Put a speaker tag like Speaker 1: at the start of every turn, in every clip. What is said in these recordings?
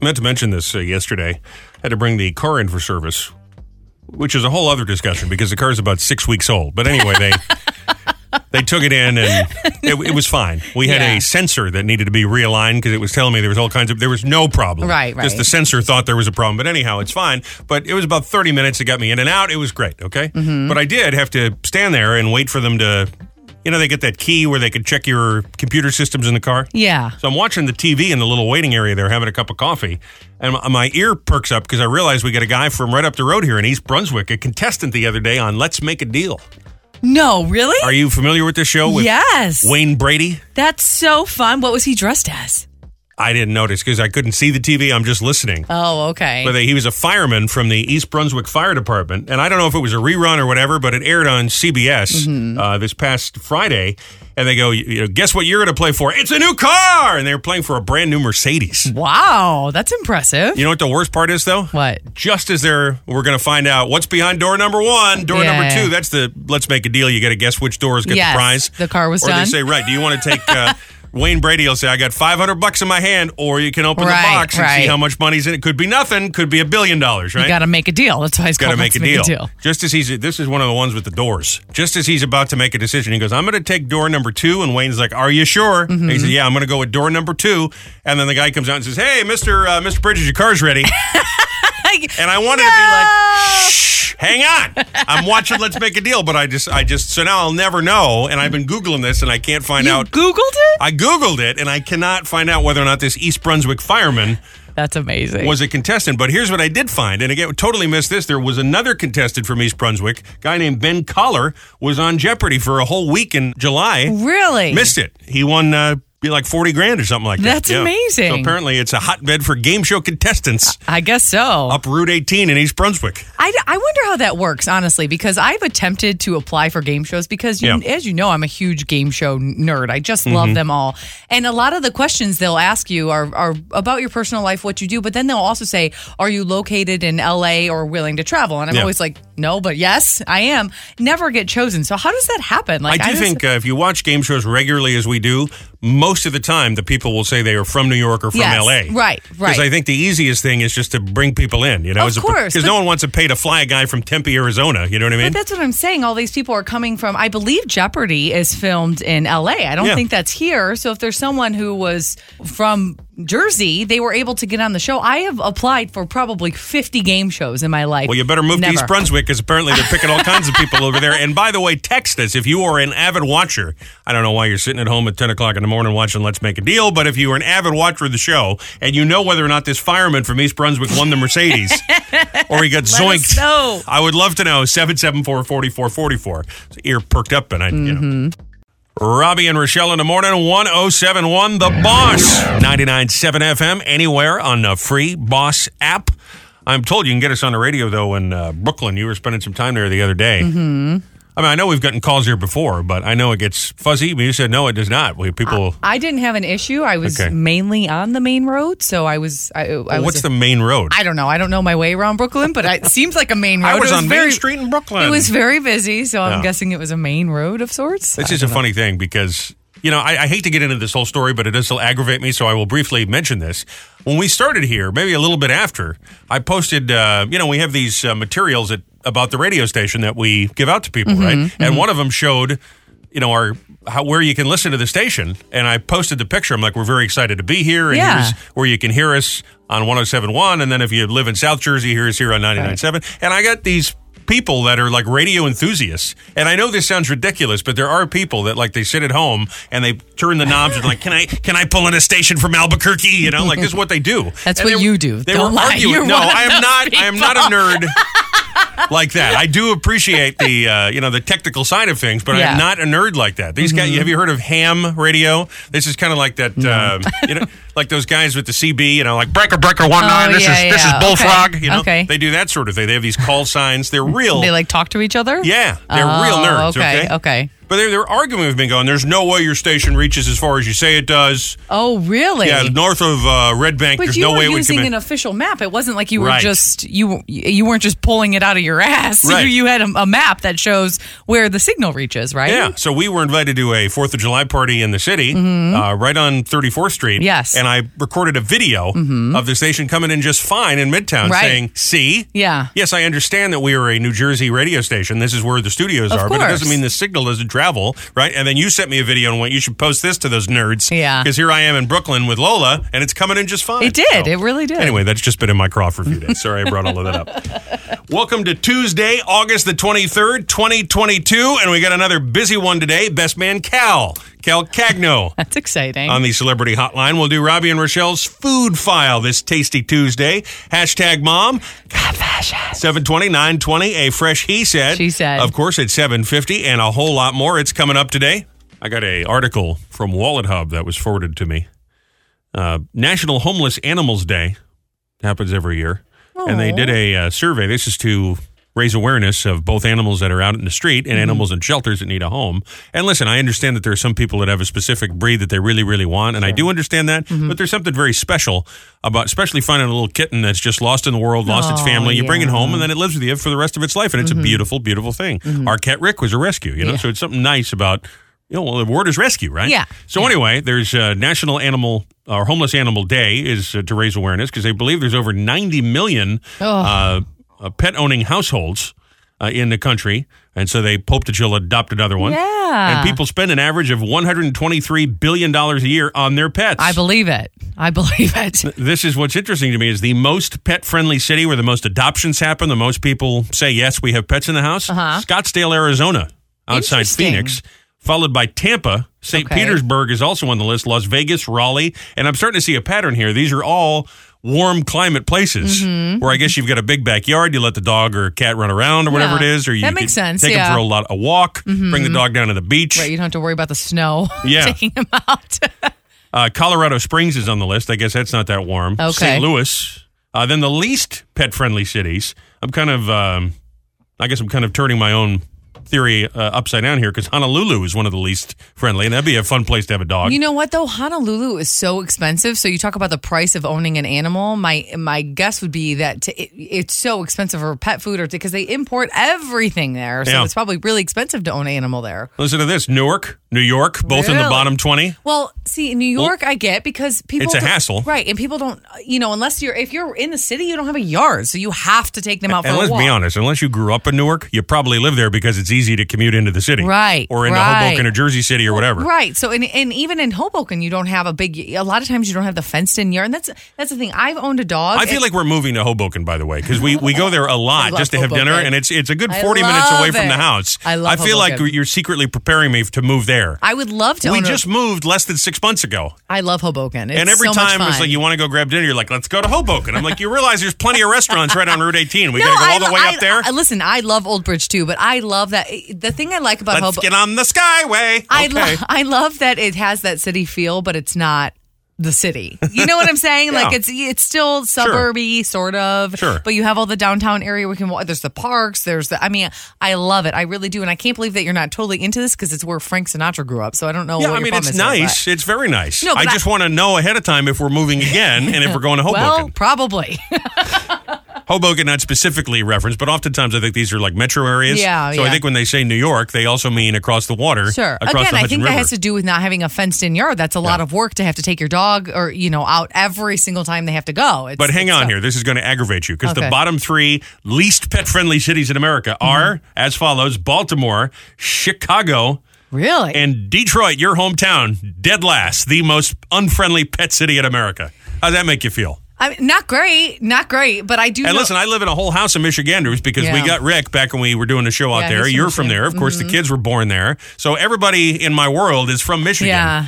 Speaker 1: meant to mention this uh, yesterday. Had to bring the car in for service, which is a whole other discussion because the car's about six weeks old. But anyway, they they took it in and it, it was fine. We had
Speaker 2: Yeah.
Speaker 1: a sensor that needed to be realigned because it was telling me there was all kinds of there was no problem.
Speaker 2: Right,
Speaker 1: Just the
Speaker 2: right.
Speaker 1: sensor thought there was a problem. But anyhow, it's fine. But it was about thirty minutes. It got me in and out. It was great. Okay,
Speaker 2: Mm-hmm.
Speaker 1: but I did have to stand there and wait for them to. You know, they get that key where they could check your computer systems in the car.
Speaker 2: Yeah.
Speaker 1: So I'm watching the TV in the little waiting area there, having a cup of coffee, and my, my ear perks up because I realize we got a guy from right up the road here in East Brunswick, a contestant the other day on Let's Make a Deal.
Speaker 2: No, really?
Speaker 1: Are you familiar with this show with
Speaker 2: yes.
Speaker 1: Wayne Brady?
Speaker 2: That's so fun. What was he dressed as?
Speaker 1: I didn't notice because I couldn't see the TV. I'm just listening.
Speaker 2: Oh, okay.
Speaker 1: But they, he was a fireman from the East Brunswick Fire Department, and I don't know if it was a rerun or whatever, but it aired on CBS uh, this past Friday. And they go, you you know, guess what you're going to play for? It's a new car, and they were playing for a brand new Mercedes.
Speaker 2: wow, that's impressive.
Speaker 1: You know what the worst part is though?
Speaker 2: What?
Speaker 1: Just as they're we're gonna find out what's behind door number one, door
Speaker 2: Yeah,
Speaker 1: number
Speaker 2: yeah.
Speaker 1: two. That's the let's make a deal. You got to guess which doors get
Speaker 2: Yes,
Speaker 1: the prize.
Speaker 2: the car was
Speaker 1: or
Speaker 2: done.
Speaker 1: they say right. Do you want to take? Uh, Wayne Brady will say, "I got five hundred bucks in my hand," or you can open
Speaker 2: Right,
Speaker 1: the box and see
Speaker 2: right.
Speaker 1: how much money's in it. Could be nothing. Could be a billion dollars. Right?
Speaker 2: You got to make a deal. That's why it's
Speaker 1: got to
Speaker 2: called
Speaker 1: make,
Speaker 2: Let's
Speaker 1: a, deal. Just as he's, this is one of the ones with the doors. Just as he's about to make a decision, he goes, "I'm going to take door number two. And Wayne's like, "Are you sure?" And
Speaker 2: Mm-hmm.
Speaker 1: he says, "Yeah, I'm going to go with door number two. And then the guy comes out and says, "Hey, Mister uh, Mister Bridges, your car's ready." and I wanted to be like, "Shh, hang on, I'm watching. Let's make a deal." But I just, I just, so now I'll never know. And I've been googling this, and I can't find
Speaker 2: You
Speaker 1: out.
Speaker 2: Googled it?
Speaker 1: I googled it, and I cannot find out whether or not this East Brunswick fireman
Speaker 2: That's amazing.
Speaker 1: was a contestant. But here's what I did find, and again, totally missed this. There was another contestant from East Brunswick, guy named Ben Collar, was on Jeopardy for a whole week in July.
Speaker 2: really?
Speaker 1: Missed it. He won. Uh, be like 40 grand or something like that.
Speaker 2: That's amazing.
Speaker 1: So apparently it's a hotbed for game show contestants
Speaker 2: I guess so.
Speaker 1: up Route 18 in East Brunswick.
Speaker 2: I, I wonder how that works, honestly, because I've attempted to apply for game shows because, you,
Speaker 1: Yeah. Mm-hmm.
Speaker 2: as you know, I'm a huge game show nerd. I just love them all. And a lot of the questions they'll ask you are, are about your personal life, what you do, but then they'll also say, Are you located in LA or willing to travel? And I'm
Speaker 1: Yeah.
Speaker 2: always like, No, but yes, I am. Never get chosen. So, how does that happen? Like,
Speaker 1: I do
Speaker 2: just-
Speaker 1: think uh, if you watch game shows regularly as we do, most of the time the people will say they are from New York or from
Speaker 2: Yes,
Speaker 1: LA.
Speaker 2: right,
Speaker 1: Because
Speaker 2: right.
Speaker 1: I think the easiest thing is just to bring people in, you know,
Speaker 2: Of course,
Speaker 1: because
Speaker 2: but-
Speaker 1: no one wants to pay to fly a guy from Tempe, Arizona. You know what I mean?
Speaker 2: But that's what I'm saying. All these people are coming from. I believe Jeopardy is filmed in L.A. I don't
Speaker 1: Yeah.
Speaker 2: think that's here. So if there's someone who was from Jersey, they were able to get on the show. I have applied for probably 50 game shows in my life.
Speaker 1: Well, you better move
Speaker 2: Never.
Speaker 1: to East Brunswick because apparently they're picking all kinds of people over there. And by the way, text us if you are an avid watcher. I don't know why you're sitting at home at 10 o'clock in the morning watching Let's Make a Deal, but if you are an avid watcher of the show and you know whether or not this fireman from East Brunswick won the Mercedes or he got
Speaker 2: Let us
Speaker 1: zoinked,
Speaker 2: know.
Speaker 1: I would love to know. 774 4444. Ear perked up, and I, you know. Robbie and Rochelle in the morning, 1071 The Boss, 997 FM, anywhere on the free Boss app. I'm told you can get us on the radio, though, in uh, Brooklyn. You were spending some time there the other day. Mm-hmm. I mean, I know we've gotten calls here before, but I know it gets fuzzy. But you said, no, it does not. We, people,
Speaker 2: I didn't have an issue. I was
Speaker 1: Okay.
Speaker 2: mainly on the main road, so I was. I, I was
Speaker 1: what's the main road?
Speaker 2: I don't know. I don't know my way around Brooklyn, but I- it seems like a main road.
Speaker 1: I was
Speaker 2: It
Speaker 1: on
Speaker 2: very-
Speaker 1: Main Street in Brooklyn.
Speaker 2: It was very busy, so I'm
Speaker 1: Yeah.
Speaker 2: guessing it was a main road of sorts.
Speaker 1: This is a funny thing because, you know, I, I hate to get into this whole story, but it does still aggravate me, so I will briefly mention this. When we started here, maybe a little bit after, I posted, uh, you know, we have these uh, materials at, about the radio station that we give out to people, right? And one of them showed, you know, our. How, where you can listen to the station, and I posted the picture. I'm like, we're very excited to be here, and
Speaker 2: Yeah.
Speaker 1: here's where you can hear us on 107.1, and then if you live in South Jersey, hear us here on 99.7. And I got these people that are like radio enthusiasts, and I know this sounds ridiculous, but there are people that like they sit at home and they turn the knobs and like, can I can I pull in a station from Albuquerque? You know, like this is what they do.
Speaker 2: That's
Speaker 1: And
Speaker 2: what
Speaker 1: they-
Speaker 2: you do.
Speaker 1: They
Speaker 2: Don't
Speaker 1: were
Speaker 2: lie.
Speaker 1: arguing.
Speaker 2: You're
Speaker 1: no,
Speaker 2: one of
Speaker 1: I am
Speaker 2: those
Speaker 1: not. I am not a nerd. Like that, I do appreciate the uh, you know the technical side of things, but
Speaker 2: Yeah. Mm-hmm.
Speaker 1: I'm not a nerd like that. These guys, have you heard of ham radio? This is kind of like that, um, you know, like those guys with the CB, you know, like breaker breaker one nine. this
Speaker 2: Oh, yeah,
Speaker 1: is this is
Speaker 2: yeah.
Speaker 1: bullfrog.
Speaker 2: Okay.
Speaker 1: You know,
Speaker 2: Okay.
Speaker 1: they do that sort of thing. They have these call signs. They're real.
Speaker 2: They like talk to each other.
Speaker 1: Yeah, they're real
Speaker 2: Oh,
Speaker 1: nerds.
Speaker 2: okay, okay.
Speaker 1: But they're, they're arguing with me, going, "There's no way your station reaches as far as you say it does."
Speaker 2: Oh, really?
Speaker 1: Yeah, north of uh, Red Bank,
Speaker 2: But
Speaker 1: there's
Speaker 2: you
Speaker 1: no
Speaker 2: were
Speaker 1: way it would come
Speaker 2: using
Speaker 1: in.
Speaker 2: an official map. It wasn't like you were
Speaker 1: Right.
Speaker 2: just you you weren't just pulling it out of your ass.
Speaker 1: Right.
Speaker 2: You, you had a, a map that shows where the signal reaches, right?
Speaker 1: Yeah. So we were invited to a Fourth of July party in the city, uh, right on 34th Street.
Speaker 2: Mm-hmm. Yes. Mm-hmm.
Speaker 1: And I recorded a video of the station coming in just fine in Midtown,
Speaker 2: Right.
Speaker 1: saying, "See."
Speaker 2: Yeah.
Speaker 1: Yes, I understand that we are a New Jersey radio station. This is where the studios
Speaker 2: Of
Speaker 1: are, but it doesn't
Speaker 2: course.
Speaker 1: mean the signal doesn't travel, right? And then you sent me a video and went, "You should post this to those nerds."
Speaker 2: Yeah.
Speaker 1: Because here I am in Brooklyn with Lola, and it's coming in just fine.
Speaker 2: It did. It really did.
Speaker 1: Anyway, that's just been in my craw for a few days. Sorry, I brought all of that up. Welcome to Tuesday, August the 23rd, 2022. And we got another busy one today. Best man, Cal. Cal Cagno
Speaker 2: That's exciting.
Speaker 1: on the celebrity hotline. We'll do Robbie and Rochelle's food file this tasty Tuesday. Hashtag mom. 720, 920, a fresh he said.
Speaker 2: She said.
Speaker 1: Of course, at 750 and a whole lot more. It's coming up today. I got a article from Wallet Hub that was forwarded to me. Uh, National Homeless Animals Day happens every year. And they did a uh, survey. This is to raise awareness of both animals that are out in the street
Speaker 2: Mm-hmm.
Speaker 1: and animals in shelters that need a home. And listen, I understand that there are some people that have a specific breed that they really, really want. And I do understand that.
Speaker 2: Mm-hmm.
Speaker 1: But there's something very special about, especially finding a little kitten that's just lost in the world, lost its
Speaker 2: Oh,
Speaker 1: family. You bring it
Speaker 2: yeah. Mm-hmm.
Speaker 1: home and then it lives with you for the rest of its life. And it's a beautiful, beautiful thing. Arquette Rick was a rescue, you know?
Speaker 2: Yeah.
Speaker 1: So it's something nice about. You know, well, the word is rescue, right?
Speaker 2: Yeah.
Speaker 1: So anyway, there's uh, National Animal or Homeless Animal Day is uh, to raise awareness because they believe there's over 90 million uh, uh, pet owning households uh, in the country, and so they hope that you'll adopt another one.
Speaker 2: Yeah.
Speaker 1: And people spend an average of 123 billion dollars a year on their pets.
Speaker 2: I believe it. I believe it.
Speaker 1: this is what's interesting to me is the most pet friendly city where the most adoptions happen, the most people say yes, we have pets in the house.
Speaker 2: Uh-huh.
Speaker 1: Scottsdale, Arizona, outside
Speaker 2: Interesting.
Speaker 1: Phoenix, followed by Tampa. St.
Speaker 2: Okay.
Speaker 1: Petersburg is also on the list. Las Vegas, Raleigh, and I'm starting to see a pattern here. These are all warm climate places
Speaker 2: Mm-hmm.
Speaker 1: where I guess you've got a big backyard. You let the dog or cat run around or whatever
Speaker 2: Yeah.
Speaker 1: it is, or you
Speaker 2: That
Speaker 1: could
Speaker 2: makes sense,
Speaker 1: Take
Speaker 2: yeah. Mm-hmm.
Speaker 1: them for a lot a walk. Bring the dog down to the beach.
Speaker 2: Right, you don't have to worry about the snow
Speaker 1: Yeah.
Speaker 2: taking them out.
Speaker 1: Uh, Colorado Springs is on the list. I guess that's not that warm.
Speaker 2: Okay.
Speaker 1: St. Louis. Uh, then the least pet friendly cities. I'm kind of, um, I guess I'm kind of turning my own theory uh, upside down here because Honolulu is one of the least friendly, and that'd be a fun place to have a dog.
Speaker 2: You know what though? Honolulu is so expensive. So you talk about the price of owning an animal. My my guess would be that to, it, it's so expensive for pet food or because they import everything there. So
Speaker 1: Yeah.
Speaker 2: it's probably really expensive to own an animal there.
Speaker 1: Listen to this Newark, New York, both in the
Speaker 2: Really?
Speaker 1: bottom 20.
Speaker 2: Well, see, in New York, I get because people.
Speaker 1: It's a
Speaker 2: don't-
Speaker 1: hassle.
Speaker 2: right? And people don't, you know, unless you're if you're in the city, you don't have a yard, so you have to take them out for
Speaker 1: And
Speaker 2: a
Speaker 1: let's
Speaker 2: walk.
Speaker 1: be honest, unless you grew up in Newark, you probably live there because it's easy to commute into the city.
Speaker 2: Right,
Speaker 1: Or into
Speaker 2: right.
Speaker 1: Hoboken or Jersey City or whatever.
Speaker 2: Right. So, and, and even in Hoboken, you don't have a big. A lot of times, you don't have the fenced-in yard, and that's that's the thing. I've owned a dog.
Speaker 1: I feel like we're moving to Hoboken, by the way, because we, we go there a lot
Speaker 2: love
Speaker 1: just to have dinner,
Speaker 2: Hoboken.
Speaker 1: and it's it's a good
Speaker 2: I
Speaker 1: forty minutes away
Speaker 2: love
Speaker 1: from the
Speaker 2: it.
Speaker 1: house.
Speaker 2: I love
Speaker 1: I feel like
Speaker 2: Hoboken.
Speaker 1: you're secretly preparing me to move there.
Speaker 2: I would love to.
Speaker 1: we
Speaker 2: own a-
Speaker 1: just moved less than six months ago,
Speaker 2: I love Hoboken. It's
Speaker 1: and every
Speaker 2: so much
Speaker 1: time it's
Speaker 2: fun.
Speaker 1: like you want to go grab dinner, you're like, "Let's go to Hoboken." I'm like, "You realize there's plenty of restaurants right on Route 18. We
Speaker 2: No,
Speaker 1: got to go
Speaker 2: I
Speaker 1: all the
Speaker 2: lo-
Speaker 1: way
Speaker 2: I-
Speaker 1: up there.
Speaker 2: I- listen, I love Old Bridge too, but I love that eh, the thing I like about
Speaker 1: Let's
Speaker 2: Hoboken.
Speaker 1: get on the Skyway."
Speaker 2: I
Speaker 1: okay.
Speaker 2: love I love that it has that city feel, but it's not the city. You know what I'm saying? Like
Speaker 1: Yeah.
Speaker 2: it's it's still suburby, sort of.
Speaker 1: Sure.
Speaker 2: But you have all the downtown area where you can walk. There's the parks. There's the. I mean, I love it. I really do, and I can't believe that you're not totally into this because it's where Frank Sinatra grew up. So I don't know.
Speaker 1: yeah,
Speaker 2: what
Speaker 1: I
Speaker 2: your
Speaker 1: mean,
Speaker 2: problem
Speaker 1: it's
Speaker 2: is here,
Speaker 1: nice. It's very nice.
Speaker 2: No,
Speaker 1: I
Speaker 2: but I-
Speaker 1: just want to know ahead of time if we're moving again and if we're going to
Speaker 2: but-
Speaker 1: Hoboken.
Speaker 2: Well, probably.
Speaker 1: Hoboken, not specifically referenced, but oftentimes I think these are like metro areas.
Speaker 2: Yeah,
Speaker 1: So I
Speaker 2: yeah.
Speaker 1: think when they say New York, they also mean across the water.
Speaker 2: Sure.
Speaker 1: Across
Speaker 2: Again,
Speaker 1: the
Speaker 2: I
Speaker 1: Hudson
Speaker 2: think
Speaker 1: River.
Speaker 2: that has to do with not having a fenced-in yard. That's a lot of work to have to take your dog or you know out every single time they have to go. It's,
Speaker 1: but hang
Speaker 2: it's
Speaker 1: on
Speaker 2: tough.
Speaker 1: here. This is going to aggravate you because the
Speaker 2: Okay. Mm-hmm.
Speaker 1: bottom three least pet friendly cities in America are as follows Baltimore, Chicago,
Speaker 2: Really?
Speaker 1: and Detroit, your hometown, dead last, the most unfriendly pet city in America. How does that make you feel?
Speaker 2: I mean, not great, not great. But I do.
Speaker 1: And
Speaker 2: know-
Speaker 1: listen, I live in a whole house of Michiganders because we
Speaker 2: Yeah.
Speaker 1: got Rick back when we were doing a show out
Speaker 2: Yeah,
Speaker 1: there.
Speaker 2: he's from
Speaker 1: You're from
Speaker 2: Michigan.
Speaker 1: there. Of
Speaker 2: Mm-hmm.
Speaker 1: course, the kids were born there. So everybody in my world is from Michigan.
Speaker 2: yeah.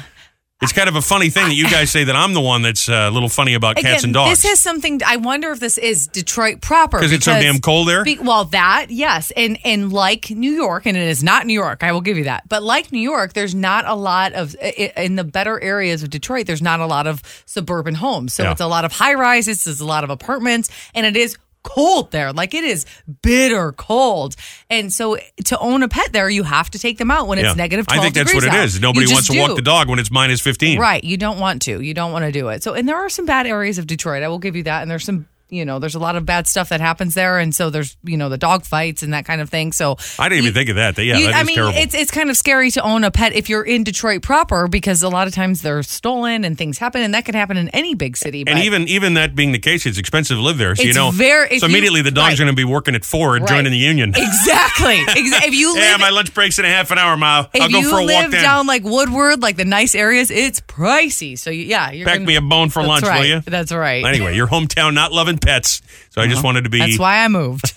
Speaker 1: It's kind of a funny thing that you guys say that I'm the one that's uh, a little funny about cats and dogs.
Speaker 2: This has something. I wonder if this is Detroit proper
Speaker 1: 'Cause it's so damn cold there?
Speaker 2: be- well, that yes, and and like New York, and it is not New York. I will give you that. But like New York, there's not a lot of i- i- in the better areas of Detroit. There's not a lot of suburban homes, so
Speaker 1: Yeah.
Speaker 2: it's a lot of high rises, there's a lot of apartments, and it is cold there like it is bitter cold and so to own a pet there you have to take them out when
Speaker 1: Yeah.
Speaker 2: it's negative 12
Speaker 1: I think that's what
Speaker 2: degrees
Speaker 1: it
Speaker 2: out.
Speaker 1: is. Nobody
Speaker 2: You
Speaker 1: wants to
Speaker 2: just
Speaker 1: walk
Speaker 2: do.
Speaker 1: the dog when it's minus 15.
Speaker 2: Right. You don't want to. You don't want to do it. So, and there are some bad areas of Detroit. I will give you that. And there's some you know, there's a lot of bad stuff that happens there, and so there's you know the dog fights and that kind of thing. So
Speaker 1: I didn't even think of that. Yeah,
Speaker 2: you-
Speaker 1: that is
Speaker 2: I mean,
Speaker 1: terrible.
Speaker 2: it's it's kind of scary to own a pet if you're in Detroit proper because a lot of times they're stolen and things happen, and that can happen in any big city.
Speaker 1: and
Speaker 2: but-
Speaker 1: even even that being the case, it's expensive to live there. So you
Speaker 2: It's
Speaker 1: know,
Speaker 2: very- if
Speaker 1: so
Speaker 2: you-
Speaker 1: immediately the dog's
Speaker 2: right.
Speaker 1: going to be working at Ford,
Speaker 2: Right.
Speaker 1: joining the union.
Speaker 2: exactly, Ex- if you live,
Speaker 1: yeah, my lunch break's in a half an hour, Ma. I'll
Speaker 2: if
Speaker 1: go
Speaker 2: you
Speaker 1: for a walk
Speaker 2: live
Speaker 1: then.
Speaker 2: down like Woodward, like the nice areas, it's pricey. So you, yeah, you're
Speaker 1: Pack
Speaker 2: gonna-
Speaker 1: me a bone for
Speaker 2: That's
Speaker 1: lunch,
Speaker 2: right.
Speaker 1: will you?
Speaker 2: That's right. Uh-huh.
Speaker 1: Anyway, your hometown not loving pets, so I just wanted to be.
Speaker 2: That's why I moved.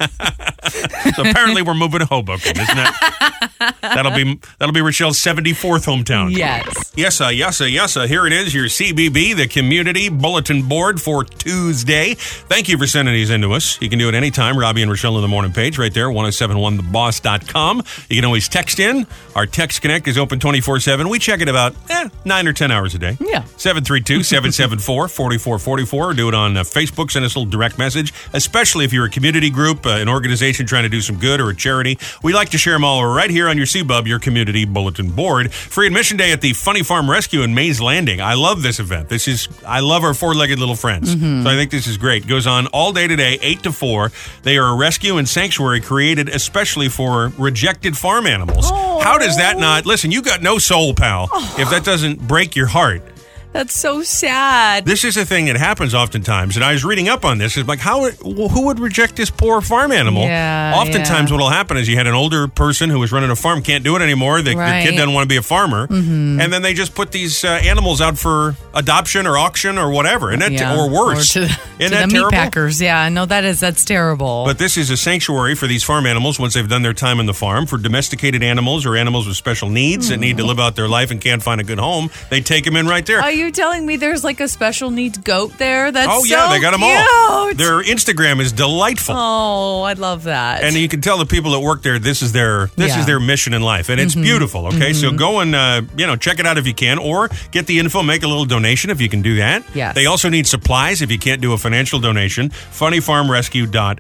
Speaker 1: So apparently, we're moving to Hoboken, isn't that? that'll be that'll be Rochelle's seventy fourth hometown.
Speaker 2: yes.
Speaker 1: Yes, sir, yes, sir, yes, sir. Here it is, your CBB, the Community Bulletin Board for Tuesday. Thank you for sending these in to us. You can do it anytime. Robbie and Rochelle in the morning page right there, 1071theboss.com. You can always text in. Our text connect is open 24 7. We check it about eh, 9 or 10 hours a day.
Speaker 2: Yeah.
Speaker 1: 732 774 4444. Do it on uh, Facebook. Send us a little direct message, especially if you're a community group, uh, an organization trying to do some good, or a charity. We like to share them all right here on your CBUB, your community bulletin board. Free admission day at the Funny Farm Rescue in Mays Landing. I love this event. This is, I love our four legged little friends. So I think this is great. Goes on all day today, 8 to 4. They are a rescue and sanctuary created especially for rejected farm animals. How does that not, listen, you got no soul, pal, if that doesn't break your heart.
Speaker 2: That's so sad.
Speaker 1: This is a thing that happens oftentimes, and I was reading up on this. It's like, how who would reject this poor farm animal?
Speaker 2: Yeah,
Speaker 1: oftentimes,
Speaker 2: yeah.
Speaker 1: what'll happen is you had an older person who was running a farm, can't do it anymore. The, the
Speaker 2: Right. Mm-hmm.
Speaker 1: kid doesn't want to be a farmer, and then they just put these uh, animals out for adoption or auction or whatever, and that
Speaker 2: Yeah.
Speaker 1: or worse.
Speaker 2: to,
Speaker 1: Isn't
Speaker 2: to
Speaker 1: that
Speaker 2: the meat
Speaker 1: terrible?
Speaker 2: packers. Yeah, no, that is that's terrible.
Speaker 1: But this is a sanctuary for these farm animals once they've done their time on the farm. For domesticated animals or animals with special needs that need to
Speaker 2: Mm.
Speaker 1: live out their life and can't find a good home, they take them in right there.
Speaker 2: Are you telling me there's like a special needs goat there? That's
Speaker 1: Oh yeah,
Speaker 2: so
Speaker 1: they got them all.
Speaker 2: cute.
Speaker 1: Their Instagram is delightful.
Speaker 2: oh, I love that.
Speaker 1: and you can tell the people that work there this is their this
Speaker 2: Yeah. Mm-hmm.
Speaker 1: is their mission in life and it's beautiful okay so go and uh, you know check it out if you can or get the info make a little donation if you can do that
Speaker 2: Yes.
Speaker 1: they also need supplies if you can't do a financial donation funnyfarmrescue.org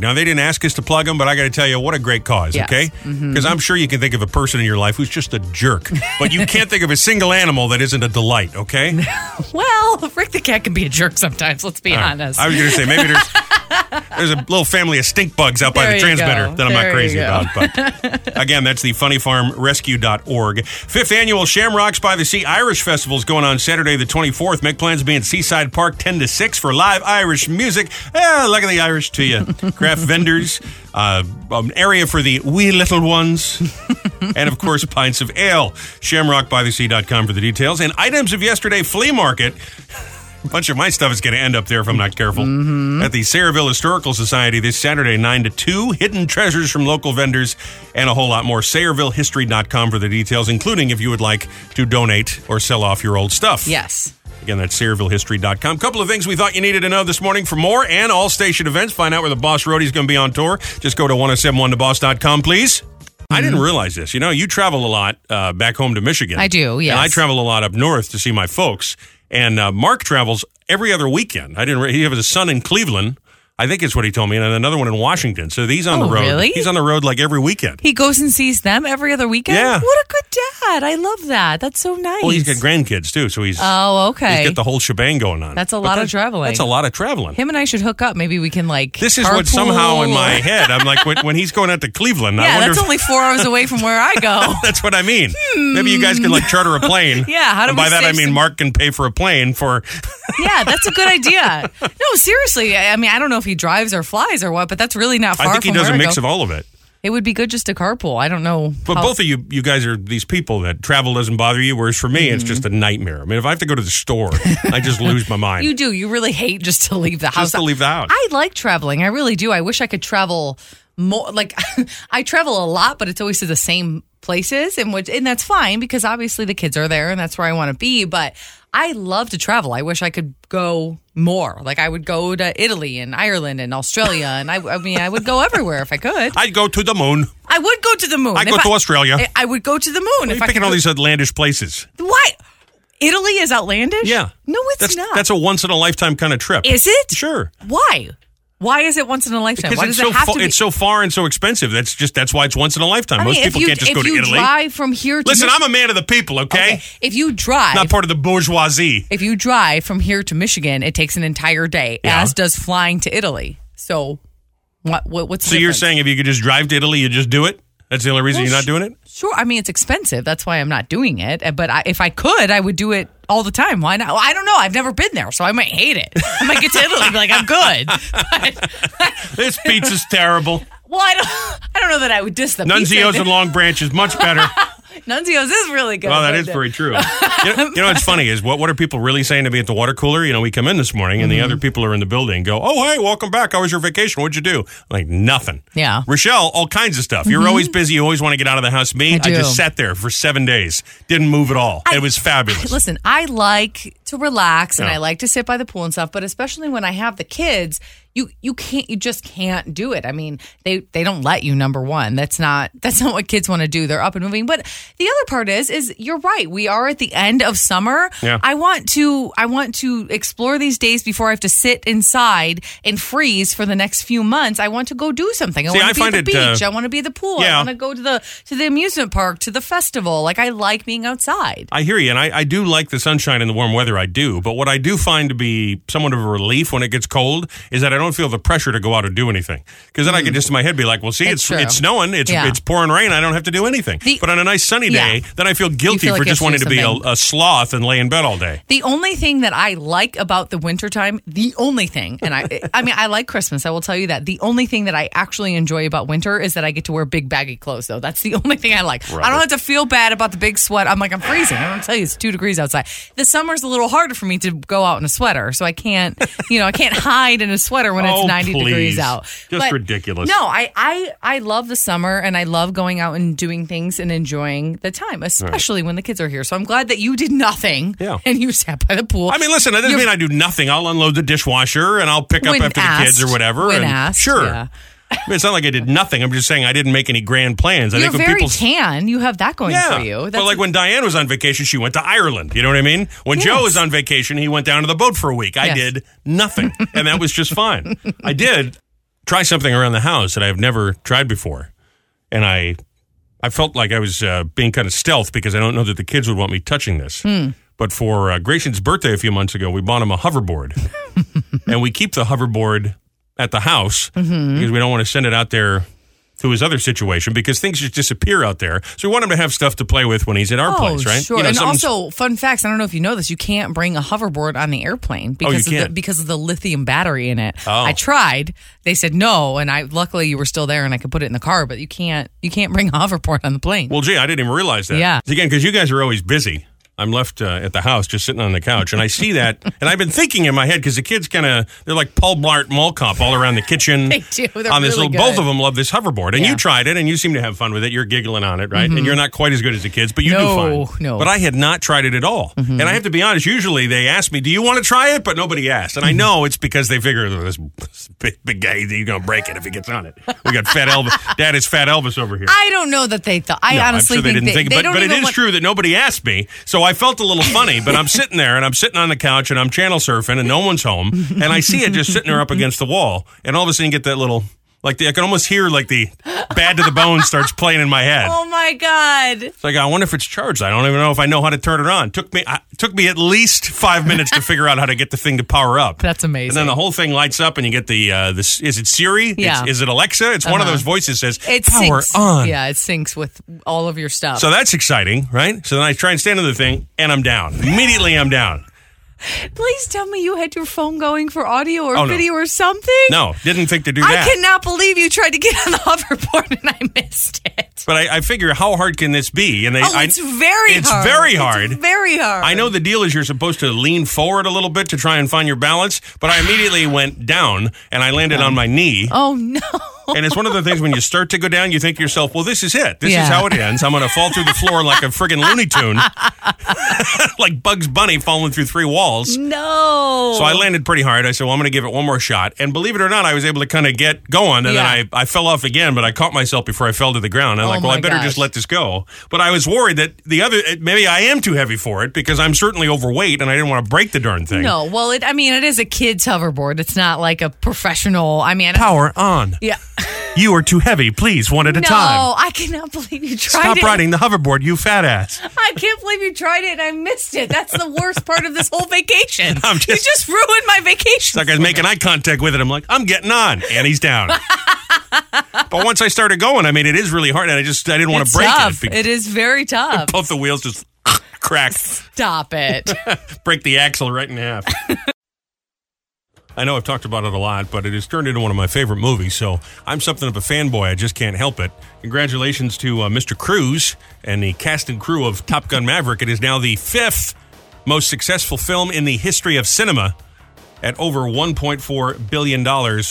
Speaker 1: now they didn't ask us to plug them but i gotta tell you what a great cause
Speaker 2: Yes. Mm-hmm.
Speaker 1: okay because i'm sure you can think of a person in your life who's just a jerk but you can't think of a single animal that isn't a delight okay
Speaker 2: well, Rick the cat can be a jerk sometimes. Let's be
Speaker 1: All right.
Speaker 2: honest.
Speaker 1: I was going to say maybe there's there's a little family of stink bugs out by
Speaker 2: There
Speaker 1: the
Speaker 2: you
Speaker 1: transmitter
Speaker 2: go.
Speaker 1: that I'm not
Speaker 2: There you
Speaker 1: crazy
Speaker 2: go.
Speaker 1: about. But again, that's the funnyfarmrescue.org. Fifth annual Shamrocks by the Sea Irish Festival is going on Saturday the 24th. Make plans to be in Seaside Park 10 to 6 for live Irish music. Ah, luck of the Irish to you. Craft vendors, uh, an area for the wee little ones and of course pints of ale. Shamrockbythesea.com for the details and items of yesterday flea market. A bunch of my stuff is going to end up there if I'm not careful. At the Saraville Historical Society this Saturday, 9 to 2. Hidden treasures from local vendors and a whole lot more. SayrevilleHistory.com for the details, including if you would like to donate or sell off your old stuff.
Speaker 2: yes.
Speaker 1: Again, that's SayrevilleHistory.com. Couple of things we thought you needed to know this morning for more and all station events. Find out where the Boss Roadie is going to be on tour. Just go to 1071theboss.com, please. I didn't realize this. You know, you travel a lot uh, back home to Michigan.
Speaker 2: Mm-hmm. I do, yes.
Speaker 1: And I travel a lot up north to see my folks. And uh, Mark travels every other weekend. I didn't. Re- he has a son in Cleveland. I think is what he told me, and another one in Washington. So he's on
Speaker 2: Oh,
Speaker 1: the road.
Speaker 2: really?
Speaker 1: He's on the road like every weekend.
Speaker 2: He goes and sees them every other weekend.
Speaker 1: Yeah.
Speaker 2: What a good dad. I love that. That's so nice.
Speaker 1: Well, he's got grandkids too, so he's
Speaker 2: oh, okay.
Speaker 1: he's got the whole shebang going on.
Speaker 2: That's a
Speaker 1: But
Speaker 2: lot of
Speaker 1: that's-
Speaker 2: traveling.
Speaker 1: That's a lot of traveling.
Speaker 2: Him and I should hook up. Maybe we can like.
Speaker 1: This is what
Speaker 2: carpool
Speaker 1: somehow in
Speaker 2: or-
Speaker 1: my head. I'm like, when, when he's going out to Cleveland, I
Speaker 2: Yeah,
Speaker 1: wonder.
Speaker 2: that's
Speaker 1: if,
Speaker 2: only four hours away from where I go.
Speaker 1: that's what I mean. Maybe you guys can like charter a plane.
Speaker 2: Hmm. Yeah, how do
Speaker 1: and by
Speaker 2: we
Speaker 1: that I
Speaker 2: save
Speaker 1: mean
Speaker 2: some-
Speaker 1: Mark can pay for a plane for.
Speaker 2: yeah, that's a good idea. No, seriously. I I mean, I don't know if he drives or flies or what, but that's really not far.
Speaker 1: I think he
Speaker 2: from
Speaker 1: does a
Speaker 2: where I
Speaker 1: mix
Speaker 2: go.
Speaker 1: of all of it.
Speaker 2: It would be good just to carpool. I don't know.
Speaker 1: But
Speaker 2: how-
Speaker 1: both of you, you guys are these people that travel doesn't bother you, whereas for me,
Speaker 2: Mm-hmm.
Speaker 1: it's just a nightmare. I mean, if I have to go to the store, I just lose my mind.
Speaker 2: you do. You really hate just to leave the house.
Speaker 1: just to leave the house.
Speaker 2: I like traveling. I really do. I wish I could travel more. Like I travel a lot, but it's always to the same places, and which and that's fine because obviously the kids are there, and that's where I want to be. But I love to travel. I wish I could go more. Like I would go to Italy and Ireland and Australia, and I, I mean I would go everywhere if I could.
Speaker 1: I'd go to the moon.
Speaker 2: I would go to the moon.
Speaker 1: I'd go
Speaker 2: If
Speaker 1: to Australia.
Speaker 2: I, I would go to the moon.
Speaker 1: You're
Speaker 2: if I
Speaker 1: picking
Speaker 2: could
Speaker 1: all
Speaker 2: go-
Speaker 1: these outlandish places.
Speaker 2: What? Italy is outlandish.
Speaker 1: Yeah.
Speaker 2: No, it's
Speaker 1: that's,
Speaker 2: not.
Speaker 1: That's a once in a lifetime kind of trip.
Speaker 2: Is it?
Speaker 1: Sure.
Speaker 2: Why? Why is it once in a lifetime? Why
Speaker 1: Because
Speaker 2: does
Speaker 1: it's
Speaker 2: it
Speaker 1: so
Speaker 2: have
Speaker 1: fa-
Speaker 2: to be?
Speaker 1: it's so far and so expensive. That's just that's why it's once in a lifetime.
Speaker 2: I
Speaker 1: Most
Speaker 2: mean, if
Speaker 1: people
Speaker 2: you,
Speaker 1: can't just
Speaker 2: if
Speaker 1: go to
Speaker 2: you
Speaker 1: Italy.
Speaker 2: drive from here to
Speaker 1: Listen,
Speaker 2: Mich-
Speaker 1: I'm a man of the people. Okay,
Speaker 2: Okay. If you drive
Speaker 1: not part of the bourgeoisie.
Speaker 2: if you drive from here to Michigan, it takes an entire day,
Speaker 1: Yeah.
Speaker 2: as does flying to Italy. So, what, what what's the
Speaker 1: So you're
Speaker 2: difference?
Speaker 1: saying if you could just drive to Italy, you just do it? That's the only reason
Speaker 2: Well,
Speaker 1: you're not
Speaker 2: sh-
Speaker 1: doing it?
Speaker 2: Sure, I mean it's expensive. That's why I'm not doing it. Uh, But I, if I could, I would do it all the time. Why not? Well, I don't know. I've never been there, so I might hate it. I might get to Italy and be like, I'm good. But-
Speaker 1: This pizza's terrible.
Speaker 2: well, I don't. I don't know that I would diss the
Speaker 1: Nunzio's
Speaker 2: pizza.
Speaker 1: and Long Branch is much better.
Speaker 2: Nunzio's is really good.
Speaker 1: Well, that
Speaker 2: but-
Speaker 1: is very true. You know, you know what's funny is what what are people really saying to me at the water cooler? You know, we come in this morning
Speaker 2: Mm-hmm.
Speaker 1: and the other people are in the building. Go, oh hey, welcome back. How was your vacation? What'd you do? I'm like nothing.
Speaker 2: Yeah. Mm-hmm.
Speaker 1: Rochelle, all kinds of stuff. You're always busy. You always want to get out of the house. Me, I,
Speaker 2: I do.
Speaker 1: just sat there for seven days, didn't move at all. it was fabulous.
Speaker 2: Listen, I like to relax and
Speaker 1: Yeah.
Speaker 2: I like to sit by the pool and stuff, but especially when I have the kids, you you can't you just can't do it. I mean, they they don't let you number 1. That's not that's not what kids want to do. They're up and moving. But the other part is is you're right. We are at the end of summer.
Speaker 1: Yeah.
Speaker 2: I want to I want to explore these days before I have to sit inside and freeze for the next few months. I want to go do something. I
Speaker 1: See,
Speaker 2: want
Speaker 1: I
Speaker 2: to be at
Speaker 1: find
Speaker 2: the
Speaker 1: it, uh,
Speaker 2: beach. I want to be at the pool.
Speaker 1: yeah.
Speaker 2: I want to go to the to the amusement park, to the festival. Like I like being outside.
Speaker 1: I hear you, and I, I do like the sunshine and the warm weather. I do, but what I do find to be somewhat of a relief when it gets cold is that I don't feel the pressure to go out and do anything. Because then I can just in my head be like, "Well, see,
Speaker 2: That's
Speaker 1: it's
Speaker 2: Mm. true.
Speaker 1: it's snowing, it's
Speaker 2: Yeah.
Speaker 1: it's pouring rain. I don't have to do anything."
Speaker 2: The-
Speaker 1: but on a nice sunny
Speaker 2: Yeah.
Speaker 1: day, then I feel guilty
Speaker 2: feel like
Speaker 1: for
Speaker 2: you
Speaker 1: just
Speaker 2: have
Speaker 1: wanting
Speaker 2: to
Speaker 1: to
Speaker 2: do
Speaker 1: be a,
Speaker 2: something.
Speaker 1: a sloth and lay in bed all day.
Speaker 2: The only thing that I like about the wintertime, the only thing, and I I mean I like Christmas, I will tell you that. The only thing that I actually enjoy about winter is that I get to wear big baggy clothes though. That's the only thing I like. I don't have to feel bad about the big sweat. I'm like I'm freezing. I'm gonna tell you it's two degrees outside. The summer's a little harder for me to go out in a sweater. So I can't you know, I can't hide in a sweater when
Speaker 1: Oh,
Speaker 2: it's ninety
Speaker 1: please.
Speaker 2: degrees out.
Speaker 1: Just ridiculous.
Speaker 2: No, I, I I love the summer and I love going out and doing things and enjoying the time, especially when the kids are here. So I'm glad that you did nothing
Speaker 1: Yeah.
Speaker 2: and you sat by the pool.
Speaker 1: I mean, listen, that doesn't mean I do nothing. I'll unload the dishwasher and I'll pick up
Speaker 2: When
Speaker 1: after the kids
Speaker 2: asked.
Speaker 1: or whatever.
Speaker 2: When
Speaker 1: and
Speaker 2: asked,
Speaker 1: sure.
Speaker 2: yeah.
Speaker 1: I mean, it's not like I did nothing. I'm just saying I didn't make any grand plans. I
Speaker 2: you're
Speaker 1: think when
Speaker 2: very
Speaker 1: people
Speaker 2: tan. You have that going
Speaker 1: Yeah.
Speaker 2: for you.
Speaker 1: but like when Diane was on vacation, she went to Ireland. You know what I mean? When
Speaker 2: Yes.
Speaker 1: Joe was on vacation, he went down to the boat for a week. I
Speaker 2: Yes.
Speaker 1: did nothing, and that was just fine. I did try something around the house that I've never tried before, and I, I felt like I was uh, being kind of stealth because I don't know that the kids would want me touching this.
Speaker 2: Hmm.
Speaker 1: But for uh, Grayson's birthday a few months ago, we bought him a hoverboard, and we keep the hoverboard at the house
Speaker 2: Mm-hmm.
Speaker 1: because we don't want to send it out there to his other situation because things just disappear out there. So we want him to have stuff to play with when he's at our
Speaker 2: oh,
Speaker 1: place, right?
Speaker 2: sure.
Speaker 1: You know,
Speaker 2: and
Speaker 1: something's-
Speaker 2: also, fun facts. I don't know if you know this. You can't bring a hoverboard on the airplane because of the,
Speaker 1: Oh, can't.
Speaker 2: because of the lithium battery in it.
Speaker 1: Oh.
Speaker 2: I tried. They said no, and I luckily you were still there and I could put it in the car. But you can't you can't bring a hoverboard on the plane.
Speaker 1: well, gee, I didn't even realize that.
Speaker 2: Yeah.
Speaker 1: Again, because you guys are always busy. I'm left uh, at the house just sitting on the couch, and I see that, and I've been thinking in my head because the kids kind of they're like Paul Blart Mall Cop all around the kitchen.
Speaker 2: They do. They're
Speaker 1: on this
Speaker 2: really
Speaker 1: little, both
Speaker 2: good.
Speaker 1: of them love this hoverboard, and you
Speaker 2: Yeah. Mm-hmm.
Speaker 1: tried it, and you seem to have fun with it. You're giggling on it, right? And you're not quite as good as the kids, but you do
Speaker 2: No,
Speaker 1: fine.
Speaker 2: no. Mm-hmm.
Speaker 1: But I had not tried it at all, and I have to be honest. Usually they ask me, "Do you want to try it?" But nobody asked, and
Speaker 2: Mm-hmm.
Speaker 1: I know it's because they figure "Oh, this, this big, big guy, you're gonna break it if he gets on it. We got Fat Elvis. Dad is Fat Elvis over here.
Speaker 2: I don't know that they thought. I
Speaker 1: No, I'm
Speaker 2: honestly
Speaker 1: sure they
Speaker 2: think
Speaker 1: didn't think, but,
Speaker 2: don't
Speaker 1: but it
Speaker 2: even
Speaker 1: is
Speaker 2: want-
Speaker 1: true that nobody asked me, so I felt a little funny. But I'm sitting there and I'm sitting on the couch and I'm channel surfing and no one's home, and I see it just sitting there up against the wall, and all of a sudden you get that little like the, I can almost hear like the bad to the bone starts playing in my head.
Speaker 2: Oh my god.
Speaker 1: It's like I wonder if it's charged. I don't even know if I know how to turn it on. Took me I, took me at least five minutes to figure out how to get the thing to power up.
Speaker 2: That's amazing.
Speaker 1: And then the whole thing lights up, and you get the uh, this is it Siri?
Speaker 2: Yeah. Uh-huh.
Speaker 1: It's, is it Alexa? It's one of those voices says
Speaker 2: It
Speaker 1: power
Speaker 2: syncs.
Speaker 1: on.
Speaker 2: Yeah, it syncs with all of your stuff.
Speaker 1: So that's exciting, right? So then I try and stand on the thing, and I'm down. Immediately, I'm down.
Speaker 2: Please tell me you had your phone going for audio or
Speaker 1: Oh, no.
Speaker 2: video or something.
Speaker 1: No, didn't think to do
Speaker 2: I
Speaker 1: that.
Speaker 2: cannot believe you tried to get on the hoverboard and I missed it.
Speaker 1: but I, I figure, how hard can this be? And they,
Speaker 2: Oh,
Speaker 1: I,
Speaker 2: it's very
Speaker 1: it's
Speaker 2: hard.
Speaker 1: very
Speaker 2: It's
Speaker 1: hard.
Speaker 2: very hard.
Speaker 1: I know the deal is you're supposed to lean forward a little bit to try and find your balance, but I immediately went down and I landed on my knee.
Speaker 2: Oh no.
Speaker 1: And it's one of the things when you start to go down, you think to yourself, well, this is it. This
Speaker 2: Yeah.
Speaker 1: is how it ends. I'm going to fall through the floor like a friggin' Looney Tune, like Bugs Bunny falling through three walls.
Speaker 2: No.
Speaker 1: So I landed pretty hard. I said, well, I'm going to give it one more shot. And believe it or not, I was able to kind of get going. And
Speaker 2: Yeah. Oh
Speaker 1: then I, I fell off again, but I caught myself before I fell to the ground. I'm like,
Speaker 2: my
Speaker 1: well, I better
Speaker 2: gosh.
Speaker 1: just let this go. But I was worried that the other, maybe I am too heavy for it because I'm certainly overweight and I didn't want to break the darn thing.
Speaker 2: No, well, it, I mean, it is a kid's hoverboard. It's not like a professional. I mean,
Speaker 1: Power on.
Speaker 2: yeah.
Speaker 1: You are too heavy. Please, one at a
Speaker 2: No,
Speaker 1: time.
Speaker 2: I cannot believe you tried
Speaker 1: Stop
Speaker 2: it.
Speaker 1: riding the hoverboard, you fat ass.
Speaker 2: I can't believe you tried it and I missed it. That's the worst part of this whole vacation.
Speaker 1: I'm just-
Speaker 2: you just ruined my vacation.
Speaker 1: It's like I was making eye contact with it. I'm like, I'm getting on, and he's down. but once I started going, I mean, it is really hard, and I just I didn't want
Speaker 2: It's
Speaker 1: to break
Speaker 2: tough.
Speaker 1: it.
Speaker 2: It is very tough.
Speaker 1: Both the wheels just crack,
Speaker 2: Stop it.
Speaker 1: break the axle right in half. I know I've talked about it a lot, but it has turned into one of my favorite movies. So I'm something of a fanboy. I just can't help it. Congratulations to uh, Mr. Cruz and the cast and crew of Top Gun Maverick. It is now the fifth most successful film in the history of cinema at over $1.4 billion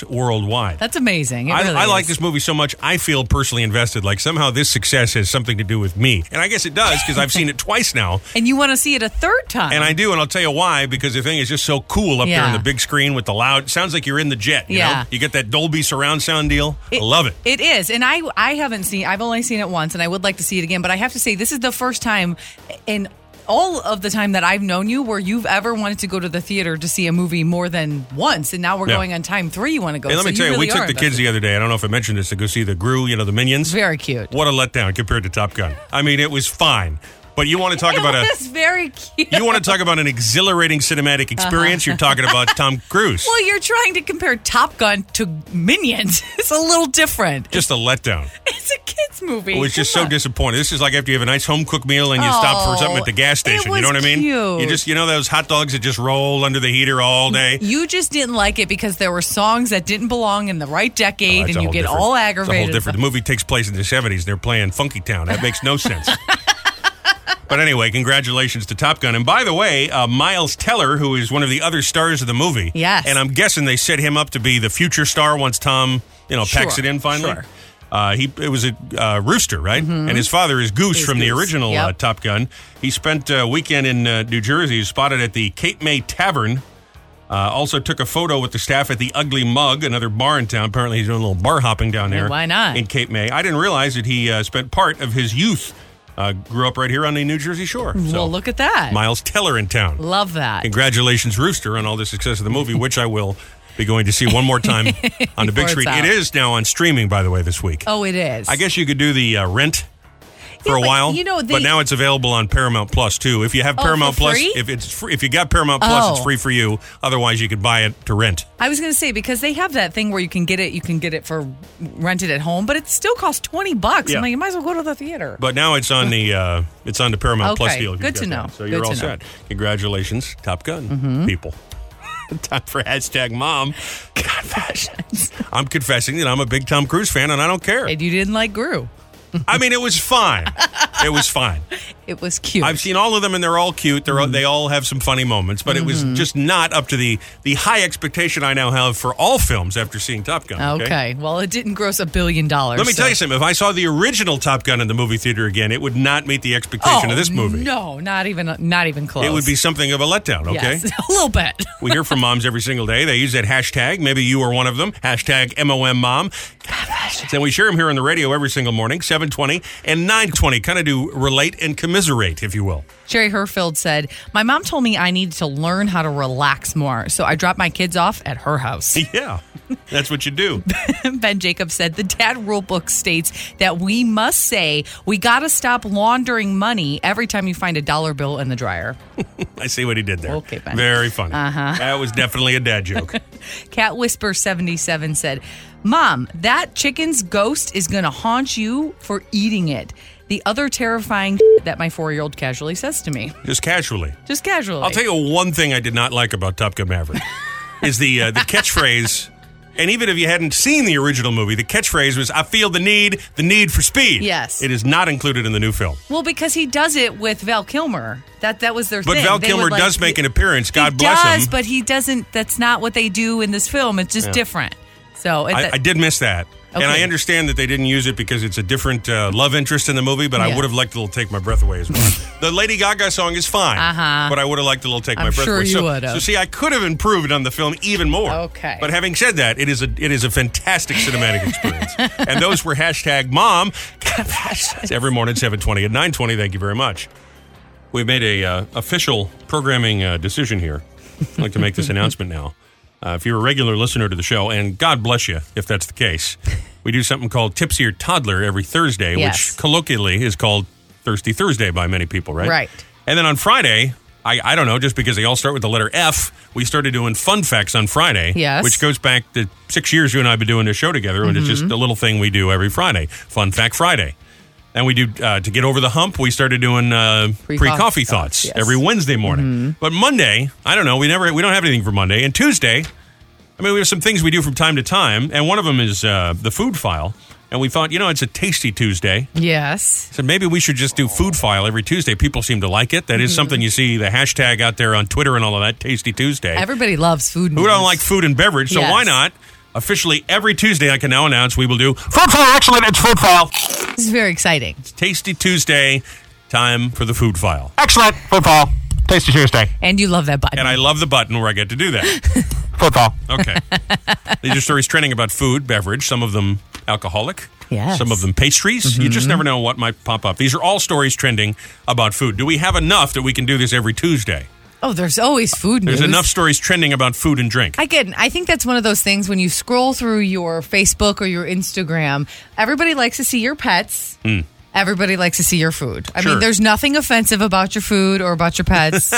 Speaker 1: worldwide.
Speaker 2: That's amazing. It
Speaker 1: I,
Speaker 2: really
Speaker 1: I like
Speaker 2: is.
Speaker 1: this movie so much. I feel personally invested. Like somehow this success has something to do with me, and I guess it does because I've seen it twice now,
Speaker 2: And you want to see it a third time.
Speaker 1: and I do. And I'll tell you why because the thing is just so cool up there on
Speaker 2: Yeah.
Speaker 1: the big screen with the loud. it Sounds like you're in the jet. You
Speaker 2: Yeah.
Speaker 1: know? you get that Dolby surround sound deal. I love it.
Speaker 2: It is, and I I haven't seen. I've only seen it once, and I would like to see it again. But I have to say, this is the first time in all of the time that I've known you where you've ever wanted to go to the theater to see a movie more than once. And now we're
Speaker 1: Yeah.
Speaker 2: going on time three. You want to go?
Speaker 1: And let
Speaker 2: So
Speaker 1: me tell you,
Speaker 2: really
Speaker 1: we took
Speaker 2: are
Speaker 1: the kids
Speaker 2: invested.
Speaker 1: the other day. I don't know if I mentioned this to go see the Gru. You know the Minions.
Speaker 2: Very cute.
Speaker 1: What a letdown compared to Top Gun. I mean, it was fine, but you want to talk
Speaker 2: it
Speaker 1: about a.
Speaker 2: was very cute.
Speaker 1: You want to talk about an exhilarating cinematic experience? You're talking about Tom Cruise.
Speaker 2: well, you're trying to compare Top Gun to Minions. It's a little different.
Speaker 1: just a letdown.
Speaker 2: It's a kids movie.
Speaker 1: It was just so
Speaker 2: Come on.
Speaker 1: disappointing. This is like after you have a nice home cooked meal and you stop for something
Speaker 2: Oh,
Speaker 1: at the gas
Speaker 2: it
Speaker 1: station. you
Speaker 2: was
Speaker 1: know what I mean? You
Speaker 2: cute.
Speaker 1: just you know those hot dogs that just roll under the heater all day.
Speaker 2: You just didn't like it because there were songs that didn't belong in the right decade,
Speaker 1: Oh, That's a
Speaker 2: and you
Speaker 1: whole
Speaker 2: get
Speaker 1: different-
Speaker 2: all
Speaker 1: it's a whole
Speaker 2: aggravated.
Speaker 1: different- The movie takes place in the seventies. They're playing Funky Town. That makes no sense. But anyway, congratulations to Top Gun. And by the way, uh, Miles Teller, who is one of the other stars of the movie.
Speaker 2: Yes.
Speaker 1: And I'm guessing they set him up to be the future star once Tom, you know, packs
Speaker 2: Sure,
Speaker 1: it in finally.
Speaker 2: sure. Mm-hmm.
Speaker 1: Uh, he it was a uh, rooster, right? And his father is Goose from the
Speaker 2: Goose.
Speaker 1: original
Speaker 2: Yep.
Speaker 1: uh, Top Gun. He spent a weekend in uh, New Jersey. He was spotted at the Cape May Tavern. Uh, also took a photo with the staff at the Ugly Mug, another bar in town. Apparently, he's doing a little bar hopping down there.
Speaker 2: why not?
Speaker 1: In Cape May, I didn't realize that he uh, spent part of his youth uh, grew up right here on the New Jersey Shore. So,
Speaker 2: well, look at that.
Speaker 1: Miles Teller in town.
Speaker 2: Love that.
Speaker 1: Congratulations, Rooster, on all the success of the movie, which I will be going to see one more time on the
Speaker 2: Before
Speaker 1: big
Speaker 2: it's
Speaker 1: screen.
Speaker 2: out.
Speaker 1: It is now on streaming, by the way, this week.
Speaker 2: Oh, it is.
Speaker 1: I guess you could do the uh, rent for
Speaker 2: Yeah,
Speaker 1: a
Speaker 2: but
Speaker 1: while,
Speaker 2: you know,
Speaker 1: but
Speaker 2: they-
Speaker 1: now it's available on Paramount Plus too. If you have
Speaker 2: Oh,
Speaker 1: Paramount
Speaker 2: for
Speaker 1: Plus,
Speaker 2: free?
Speaker 1: if it's free, if you got Paramount Plus, it's
Speaker 2: Oh.
Speaker 1: free for you. Otherwise, you could buy it to rent.
Speaker 2: I was going to say because they have that thing where you can get it, you can get it for rented at home, but it still costs twenty bucks.
Speaker 1: Yeah.
Speaker 2: I'm like, you might as well go to the theater.
Speaker 1: But now it's on the uh, it's on the Paramount Plus
Speaker 2: Okay,
Speaker 1: deal. if
Speaker 2: good
Speaker 1: you've got
Speaker 2: to know.
Speaker 1: that. So
Speaker 2: Good
Speaker 1: you're
Speaker 2: to
Speaker 1: all
Speaker 2: know. Mm-hmm.
Speaker 1: set. Congratulations, Top Gun people. Time for hashtag mom.
Speaker 2: Confessions.
Speaker 1: I'm confessing that I'm a big Tom Cruise fan, and I don't care.
Speaker 2: and you didn't like Gru.
Speaker 1: I mean, it was fine. It was fine.
Speaker 2: It was cute.
Speaker 1: I've seen all of them, and they're all cute. They're all,
Speaker 2: Mm-hmm.
Speaker 1: they all have some funny moments, but it was just not up to the the high expectation I now have for all films after seeing Top Gun.
Speaker 2: okay. Well, it didn't gross a billion dollars.
Speaker 1: Let me
Speaker 2: so-
Speaker 1: tell you something. If I saw the original Top Gun in the movie theater again, it would not meet the expectation
Speaker 2: oh,
Speaker 1: of this movie.
Speaker 2: No, not even not even close.
Speaker 1: It would be something of a letdown, okay?
Speaker 2: Yes, a little bit.
Speaker 1: we hear from moms every single day. They use that hashtag. Maybe you are one of them. Hashtag MOM mom. And we share them here on the radio every single morning, 720 and 920. Kind of do relate and commiserate, if you will.
Speaker 2: Jerry Herfield said, "My mom told me I needed to learn how to relax more, so I dropped my kids off at her house."
Speaker 1: Yeah, that's what you do.
Speaker 2: Ben Jacobs said the dad rule book states that we must say we got to stop laundering money every time you find a dollar bill in the dryer.
Speaker 1: I see what he did there.
Speaker 2: Okay, fine.
Speaker 1: Very funny. Uh-huh. That was definitely a dad joke.
Speaker 2: Cat Whisper 77 said, "Mom, that chicken's ghost is going to haunt you for eating it." The other terrifying that my 4-year-old casually says to me,
Speaker 1: Just casually.
Speaker 2: just casually.
Speaker 1: I'll tell you one thing I did not like about Top Gun Maverick is the uh, the catchphrase. And even if you hadn't seen the original movie, the catchphrase was "I feel the need, the need for speed."
Speaker 2: Yes.
Speaker 1: it is not included in the new film.
Speaker 2: well, because he does it with Val Kilmer. That that was their
Speaker 1: But
Speaker 2: thing.
Speaker 1: Val
Speaker 2: They
Speaker 1: Kilmer
Speaker 2: would, like,
Speaker 1: does make an appearance. God
Speaker 2: he
Speaker 1: bless
Speaker 2: does,
Speaker 1: him.
Speaker 2: but he doesn't. That's not what they do in this film. It's just different. So it's
Speaker 1: I, I did miss that. And
Speaker 2: Okay.
Speaker 1: I understand that they didn't use it because it's a different uh, love interest in the movie, but I
Speaker 2: Yeah.
Speaker 1: would have liked a little Take My Breath Away as well. the Lady Gaga song is fine,
Speaker 2: Uh-huh.
Speaker 1: but I would have liked a little Take
Speaker 2: I'm
Speaker 1: My Breath
Speaker 2: sure
Speaker 1: Away.
Speaker 2: you
Speaker 1: so,
Speaker 2: would've.
Speaker 1: so, see, I could have improved on the film even more.
Speaker 2: Okay.
Speaker 1: But having said that, it is a it is a fantastic cinematic experience. and those were hashtag mom every morning at 720 at 920. Thank you very much. We've made a uh, official programming uh, decision here. I'd like to make this announcement now. Uh, if you're a regular listener to the show, and God bless you if that's the case, we do something called Tipsy or Toddler every Thursday,
Speaker 2: Yes.
Speaker 1: which colloquially is called Thirsty Thursday by many people, right?
Speaker 2: Right.
Speaker 1: And then on Friday, I, I don't know, just because they all start with the letter F, we started doing fun facts on Friday,
Speaker 2: Yes. Mm-hmm.
Speaker 1: which goes back to six years you and I have been doing this show together, and it's just a little thing we do every Friday, Fun Fact Friday. And we do uh, to get over the hump. We started doing uh,
Speaker 2: Pre-coffee
Speaker 1: pre-coffee
Speaker 2: thoughts,
Speaker 1: thoughts
Speaker 2: yes. Mm-hmm.
Speaker 1: every Wednesday morning. But Monday, I don't know. We never we don't have anything for Monday and Tuesday. I mean, we have some things we do from time to time, and one of them is uh, the food file. And we thought, you know, it's a tasty Tuesday.
Speaker 2: yes.
Speaker 1: So maybe we should just do food file every Tuesday. People seem to like it.
Speaker 2: Mm-hmm.
Speaker 1: That is something you see the hashtag out there on Twitter and all of that. Tasty Tuesday.
Speaker 2: Everybody loves food.
Speaker 1: Who don't
Speaker 2: news.
Speaker 1: like food and beverage? So
Speaker 2: Yes.
Speaker 1: why not? Officially, every Tuesday, I can now announce we will do food file. Excellent, it's food file.
Speaker 2: This is very exciting.
Speaker 1: Tasty Tuesday. Time for the food file.
Speaker 3: Excellent. Football. Tasty Tuesday.
Speaker 2: And you love that button.
Speaker 1: And I love the button where I get to do that.
Speaker 3: Football.
Speaker 1: Okay. These are stories trending about food, beverage, some of them alcoholic.
Speaker 2: Yes. Mm-hmm.
Speaker 1: Some of them pastries. You just never know what might pop up. These are all stories trending about food. Do we have enough that we can do this every Tuesday?
Speaker 2: oh, there's always food news.
Speaker 1: There's enough stories trending about food and drink.
Speaker 2: I get. I think that's one of those things when you scroll through your Facebook or your Instagram, everybody likes to see your pets. Everybody likes to see your food. I
Speaker 1: Hmm. Sure.
Speaker 2: mean, there's nothing offensive about your food or about your pets.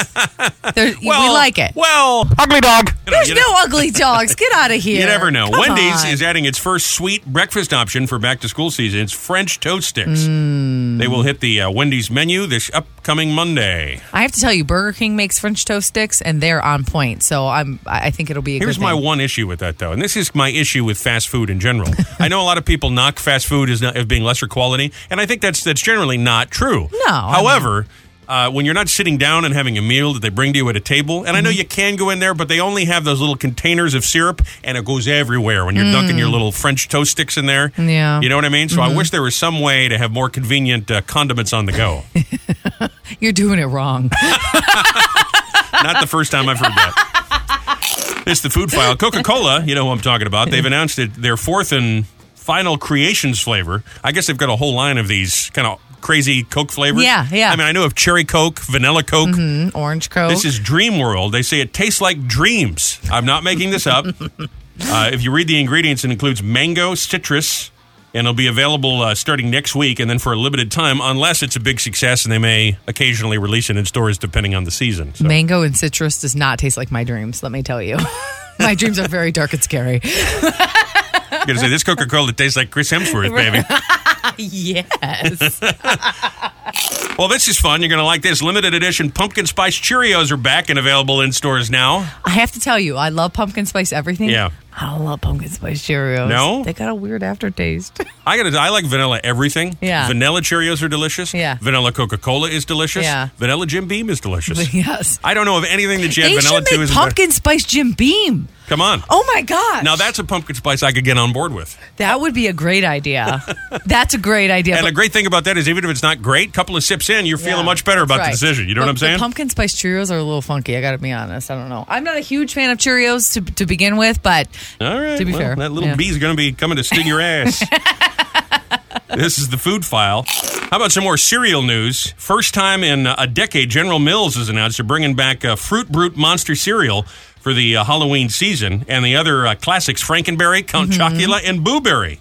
Speaker 2: There- we like it.
Speaker 1: Well,
Speaker 3: Ugly dog.
Speaker 1: you know,
Speaker 2: there's
Speaker 1: you
Speaker 2: no
Speaker 1: know-
Speaker 2: ugly dogs. Get out of here.
Speaker 1: You never know.
Speaker 2: Come
Speaker 1: Wendy's
Speaker 2: on.
Speaker 1: is adding its first sweet breakfast option for back to school season. It's French toast sticks.
Speaker 2: Hmm.
Speaker 1: They will hit the uh, Wendy's menu this upcoming Monday.
Speaker 2: I have to tell you, Burger King makes French toast sticks, and they're on point. So I'm. I I think it'll be. A
Speaker 1: Here's
Speaker 2: good
Speaker 1: my
Speaker 2: thing.
Speaker 1: one issue with that, though, and this is my issue with fast food in general. I know a lot of people knock fast food as, not, as being lesser quality, and I think that's that's generally not true.
Speaker 2: No, I mean-
Speaker 1: However, uh, when you're not sitting down and having a meal that they bring to you at a table, and
Speaker 2: Mm-hmm.
Speaker 1: I know you can go in there, but they only have those little containers of syrup, and it goes everywhere when you're dunking your little French toast sticks in there.
Speaker 2: Mm. Yeah. Mm-hmm.
Speaker 1: you know what I mean. So I wish there was some way to have more convenient uh, condiments on the go.
Speaker 2: You're doing it wrong.
Speaker 1: Not the first time I've heard that. It's the food file. Coca Cola, you know who I'm talking about. They've announced it their fourth and final creations flavor. I guess they've got a whole line of these kind of crazy Coke flavors.
Speaker 2: Yeah, yeah. Mm-hmm.
Speaker 1: I mean, I know of cherry Coke, vanilla Coke.
Speaker 2: Orange Coke.
Speaker 1: This is Dream World. They say it tastes like dreams. I'm not making this up. uh, if you read the ingredients, it includes mango, citrus, and it'll be available uh, starting next week and then for a limited time, unless it's a big success and they may occasionally release it in stores depending on the season. So.
Speaker 2: Mango and citrus does not taste like my dreams, let me tell you. my dreams are very dark and scary.
Speaker 1: I'm gonna say this Coca Cola tastes like Chris Hemsworth, baby.
Speaker 2: yes.
Speaker 1: well, this is fun. You're gonna like this. Limited edition pumpkin spice Cheerios are back and available in stores now.
Speaker 2: I have to tell you, I love pumpkin spice everything.
Speaker 1: Yeah.
Speaker 2: I don't love pumpkin spice Cheerios.
Speaker 1: No?
Speaker 2: They got a weird aftertaste.
Speaker 1: I gotta. I like vanilla everything.
Speaker 2: Yeah.
Speaker 1: Vanilla Cheerios are delicious.
Speaker 2: Yeah.
Speaker 1: Vanilla Coca Cola is delicious.
Speaker 2: Yeah.
Speaker 1: Vanilla Jim Beam is delicious.
Speaker 2: yes.
Speaker 1: I don't know of anything that you had
Speaker 2: They
Speaker 1: vanilla
Speaker 2: should
Speaker 1: to.
Speaker 2: make
Speaker 1: is-
Speaker 2: pumpkin spice Jim Beam.
Speaker 1: Come on.
Speaker 2: Oh my gosh.
Speaker 1: Now that's a pumpkin spice I could get on board with.
Speaker 2: that would be a great idea. that's a great idea.
Speaker 1: And
Speaker 2: but-
Speaker 1: the great thing about that is, even if it's not great, couple of sips in, you're
Speaker 2: Yeah,
Speaker 1: feeling much better about
Speaker 2: that's
Speaker 1: the
Speaker 2: right.
Speaker 1: decision. You know what
Speaker 2: But
Speaker 1: I'm saying?
Speaker 2: The pumpkin spice Cheerios are a little funky. I got to be honest. I don't know. I'm not a huge fan of Cheerios to, to begin with, but
Speaker 1: All right.
Speaker 2: To be
Speaker 1: well,
Speaker 2: fair,
Speaker 1: that little
Speaker 2: yeah.
Speaker 1: bee's going to be coming to sting your ass. this is the food file. How about some more cereal news? First time in uh, a decade, General Mills has announced they're bringing back uh, Fruit Brute Monster Cereal for the uh, Halloween season and the other uh, classics Frankenberry, Count
Speaker 2: Mm-hmm.
Speaker 1: Chocula, and Boo Berry.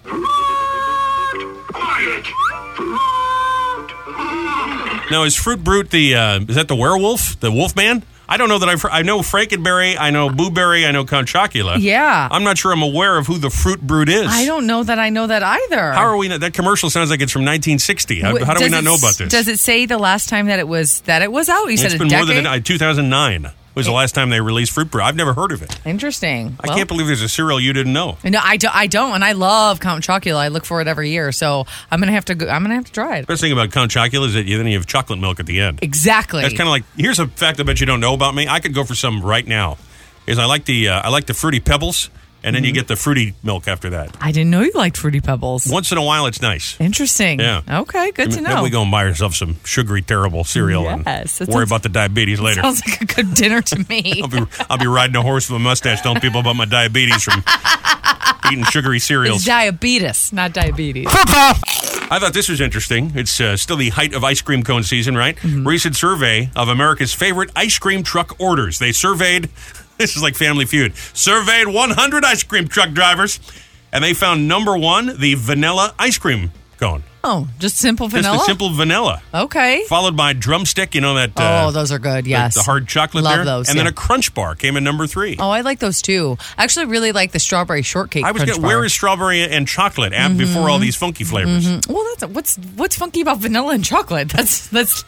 Speaker 1: Now, is Fruit Brute the, uh, is that the werewolf? The wolf man? I don't know that I've heard. I know Frankenberry, I know Boo Berry, I know Count Chocula.
Speaker 2: Yeah.
Speaker 1: I'm not sure I'm aware of who the Fruit Brute is.
Speaker 2: I don't know that I know that either.
Speaker 1: How are we? Not, that commercial sounds like it's from 1960. How,
Speaker 2: Wh-
Speaker 1: how do we
Speaker 2: does
Speaker 1: not
Speaker 2: it
Speaker 1: know
Speaker 2: s-
Speaker 1: about this?
Speaker 2: Does it say the last time that it was that it was out? You said
Speaker 1: it's
Speaker 2: a
Speaker 1: been
Speaker 2: decade.
Speaker 1: more than uh, a, 2009 was the last time they released Fruit Brute. I've never heard of it.
Speaker 2: Interesting.
Speaker 1: I can't believe there's a cereal you didn't know.
Speaker 2: No, I, do, I don't, and I love Count Chocula. I look for it every year, so I'm gonna have to. Go, I'm gonna have to try it.
Speaker 1: Best thing about Count Chocula is that you, then you have chocolate milk at the end.
Speaker 2: Exactly.
Speaker 1: That's kind of like here's a fact I bet you don't know about me. I could go for some right now. Is I like the uh, I like the fruity pebbles. and
Speaker 2: Mm-hmm.
Speaker 1: then you get the fruity milk after that.
Speaker 2: I didn't know you liked Fruity Pebbles.
Speaker 1: Once in a while, it's nice.
Speaker 2: Interesting.
Speaker 1: Yeah.
Speaker 2: Okay, good to
Speaker 1: Then
Speaker 2: know.
Speaker 1: we go and buy ourselves some sugary, terrible cereal
Speaker 2: Yes,
Speaker 1: and
Speaker 2: that
Speaker 1: worry
Speaker 2: sounds-
Speaker 1: about the diabetes later.
Speaker 2: Sounds like a good dinner to me.
Speaker 1: I'll be, I'll be riding a horse with a mustache telling people about my diabetes from eating sugary
Speaker 2: It's
Speaker 1: cereals.
Speaker 2: diabetes, not diabetes.
Speaker 3: Football.
Speaker 1: I thought this was interesting. It's uh, still the height of ice cream cone season, right?
Speaker 2: Mm-hmm.
Speaker 1: Recent survey of America's favorite ice cream truck orders. They surveyed, this is like Family Feud, surveyed 100 ice cream truck drivers, and they found number one, the vanilla ice cream cone.
Speaker 2: Oh, just simple vanilla.
Speaker 1: Just the simple vanilla.
Speaker 2: okay.
Speaker 1: Followed by drumstick, you know that. uh,
Speaker 2: oh, those are good.
Speaker 1: the-
Speaker 2: Yes,
Speaker 1: The, hard chocolate
Speaker 2: Love
Speaker 1: there.
Speaker 2: those.
Speaker 1: and then
Speaker 2: yeah.
Speaker 1: a crunch bar came in number three.
Speaker 2: oh, I like those too. I actually really like the strawberry shortcake.
Speaker 1: I was
Speaker 2: crunch
Speaker 1: getting,
Speaker 2: bar.
Speaker 1: where is strawberry and chocolate
Speaker 2: Mm-hmm.
Speaker 1: at before all these funky flavors?
Speaker 2: Well, that's what's what's funky about vanilla and chocolate. That's that's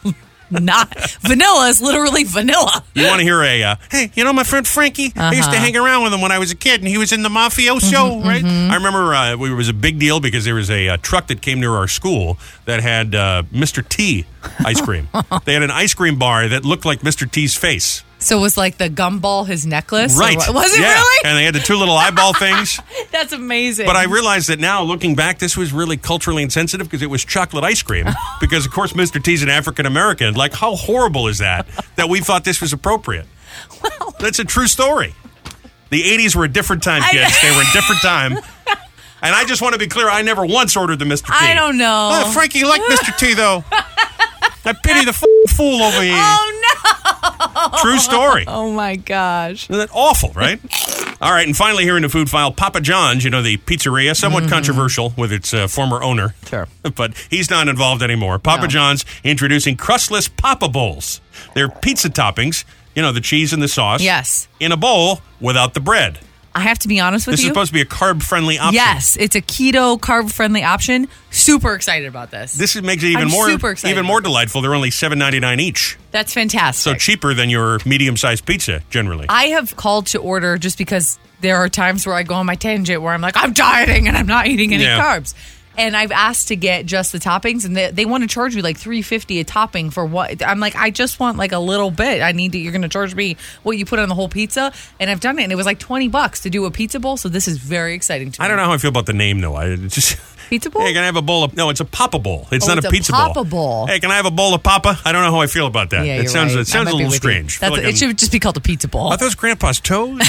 Speaker 2: not vanilla is literally vanilla.
Speaker 1: You want to hear a, uh, hey, you know my friend Frankie? I used to
Speaker 2: Uh-huh.
Speaker 1: hang around with him when I was a kid, and he was in the mafioso,
Speaker 2: Mm-hmm,
Speaker 1: right? I remember uh, we, it was a big deal because there was a uh, truck that came near our school that had uh, Mr. T ice cream. they had an ice cream bar that looked like Mr. T's face.
Speaker 2: So it was like the gumball his necklace. or
Speaker 1: Right.
Speaker 2: what- was it
Speaker 1: Yeah.
Speaker 2: really?
Speaker 1: And they had the two little eyeball things.
Speaker 2: that's amazing.
Speaker 1: But I realized that now, looking back, this was really culturally insensitive because it was chocolate ice cream. because, of course, Mr. T's an African American. Like, how horrible is that that we thought this was appropriate? Well, that's a true story. The 80s were a different time, kids. they were a different time. And I just want to be clear I never once ordered the Mr. T.
Speaker 2: I don't know.
Speaker 1: Oh, Frankie, you like Mr. T, though. I pity the f- fool over here.
Speaker 2: oh no!
Speaker 1: True story.
Speaker 2: Oh my gosh!
Speaker 1: Isn't that awful, right? All right, and finally here in the food file, Papa John's, you know, the pizzeria, somewhat controversial with its uh, former owner.
Speaker 2: Mm-hmm. Sure.
Speaker 1: But he's not involved anymore. Papa
Speaker 2: No.
Speaker 1: John's introducing crustless Papa Bowls. They're pizza toppings, you know, the cheese and the sauce.
Speaker 2: Yes.
Speaker 1: In a bowl without the bread.
Speaker 2: I have to be honest with
Speaker 1: This is
Speaker 2: you.
Speaker 1: supposed to be a carb friendly option.
Speaker 2: Yes, it's a keto carb friendly option. Super excited about this.
Speaker 1: This is- makes it even
Speaker 2: I'm
Speaker 1: more
Speaker 2: super excited
Speaker 1: even more delightful. They're only seven ninety nine each.
Speaker 2: That's fantastic.
Speaker 1: So cheaper than your medium sized pizza generally.
Speaker 2: I have called to order just because there are times where I go on my tangent where I'm like, I'm dieting and I'm not eating any
Speaker 1: Yeah.
Speaker 2: carbs. And I've asked to get just the toppings, and they, they want to charge you like three fifty a topping for what? I'm like, I just want like a little bit. I need to. You're going to charge me what you put on the whole pizza, and I've done it, and it was like twenty bucks to do a pizza bowl. So this is very exciting to me.
Speaker 1: I don't know how I feel about the name though. I it just
Speaker 2: Pizza bowl?
Speaker 1: Hey, can I have a bowl of? No, it's a papa bowl. It's
Speaker 2: Oh,
Speaker 1: not
Speaker 2: it's
Speaker 1: a
Speaker 2: a
Speaker 1: pizza
Speaker 2: Papa Bowl.
Speaker 1: Hey, can I have a bowl of papa? I don't know how I feel about that. it
Speaker 2: Yeah, you're
Speaker 1: sounds
Speaker 2: right.
Speaker 1: it sounds
Speaker 2: I
Speaker 1: a
Speaker 2: might be
Speaker 1: little
Speaker 2: with you.
Speaker 1: strange. Feel
Speaker 2: That's,
Speaker 1: like
Speaker 2: it
Speaker 1: I'm-
Speaker 2: should just be called a pizza bowl.
Speaker 1: Are those grandpa's toes?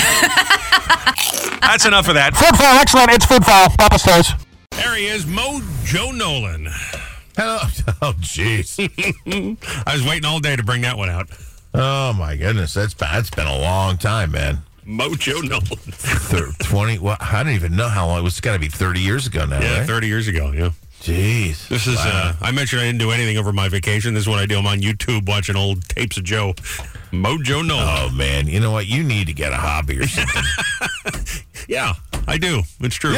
Speaker 1: That's enough of that.
Speaker 3: Football. Excellent. It's football. Papa says.
Speaker 1: There he is, Mojo Nolan.
Speaker 4: Hello. Oh, jeez.
Speaker 1: I was waiting all day to bring that one out.
Speaker 4: oh my goodness. That's been, that's been a long time, man.
Speaker 1: Mojo Nolan.
Speaker 4: Thir- Twenty. Well, I don't even know how long. It was got to be thirty years ago now.
Speaker 1: Yeah,
Speaker 4: right?
Speaker 1: thirty years ago. Yeah.
Speaker 4: Jeez.
Speaker 1: This is. Uh, I mentioned I didn't do anything over my vacation. This is what I do. I'm on YouTube watching old tapes of Joe. Mojo Nolan.
Speaker 4: Oh man. You know what? You need to get a hobby or something.
Speaker 1: yeah, I do. It's true.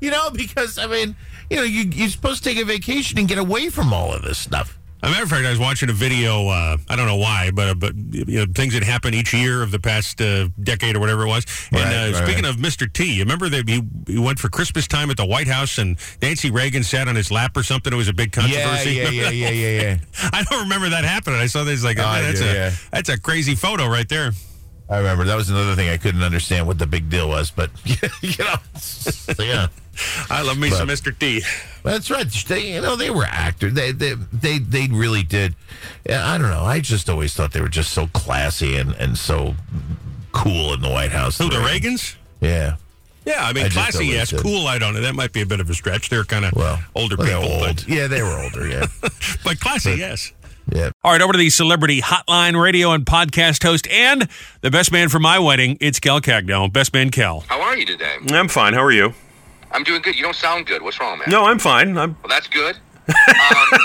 Speaker 4: you know, because I mean, you know, you, you're supposed to take a vacation and get away from all of this stuff.
Speaker 1: As a matter of fact, I was watching a video. Uh, I don't know why, but but you know things that happen each year of the past uh, decade or whatever it was. And
Speaker 4: Right,
Speaker 1: uh,
Speaker 4: right,
Speaker 1: speaking
Speaker 4: right.
Speaker 1: of Mr. T, you remember that he, he went for Christmas time at the White House and Nancy Reagan sat on his lap or something. It was a big controversy. Remember that?
Speaker 4: yeah, yeah, yeah.
Speaker 1: I don't remember that happening. I saw this like
Speaker 4: I
Speaker 1: that's
Speaker 4: do,
Speaker 1: a
Speaker 4: yeah.
Speaker 1: that's a crazy photo right there.
Speaker 4: I remember that was another thing I couldn't understand what the big deal was, but you know, so, yeah.
Speaker 1: I love me some Mr. T.
Speaker 4: That's right. They, you know, they were actors. They, they, they, they really did. Yeah, I don't know. I just always thought they were just so classy and, and so cool in the White House.
Speaker 1: Who the Reagans?
Speaker 4: Yeah.
Speaker 1: Yeah, I mean
Speaker 4: I just
Speaker 1: classy.
Speaker 4: always
Speaker 1: Yes,
Speaker 4: did.
Speaker 1: cool. I don't know. That might be a bit of a stretch. They're kind of
Speaker 4: Well,
Speaker 1: older
Speaker 4: well, they're
Speaker 1: people,
Speaker 4: old.
Speaker 1: but,
Speaker 4: Yeah, they were older. Yeah.
Speaker 1: but classy. yes.
Speaker 4: yeah.
Speaker 1: All right, over to the celebrity hotline radio and podcast host and the best man for my wedding. It's Cal Cagno, best man Cal.
Speaker 5: How are you today?
Speaker 1: I'm fine. How are you?
Speaker 5: I'm doing good. You don't sound good. What's wrong, man?
Speaker 1: No, I'm fine. I'm
Speaker 5: Well, that's good. Um,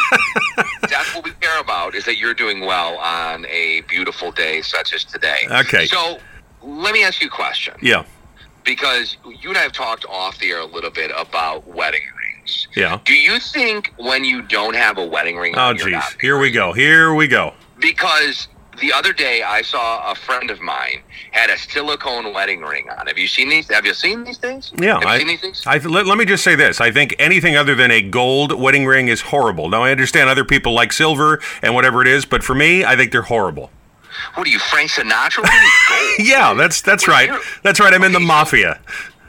Speaker 5: that's what we care about is that you're doing well on a beautiful day such as today.
Speaker 1: Okay.
Speaker 5: So let me ask you a question
Speaker 1: yeah,
Speaker 5: because you and I have talked off the air a little bit about wedding rings.
Speaker 1: yeah.
Speaker 5: Do you think when you don't have a wedding ring,
Speaker 1: Oh,
Speaker 5: on, you're
Speaker 1: geez.
Speaker 5: not-
Speaker 1: Here we go. Here we go.
Speaker 5: Because the other day I saw a friend of mine had a silicone wedding ring on. Have you seen these? Have you seen these things?
Speaker 1: Yeah,
Speaker 5: Have you
Speaker 1: I,
Speaker 5: seen these things?
Speaker 1: I let, let me just say this. I think anything other than a gold wedding ring is horrible. Now I understand other people like silver and whatever it is, but for me, I think they're horrible.
Speaker 5: What are you, Frank Sinatra? What are you, gold?
Speaker 1: Yeah, that's that's right. That's right. I'm in the mafia.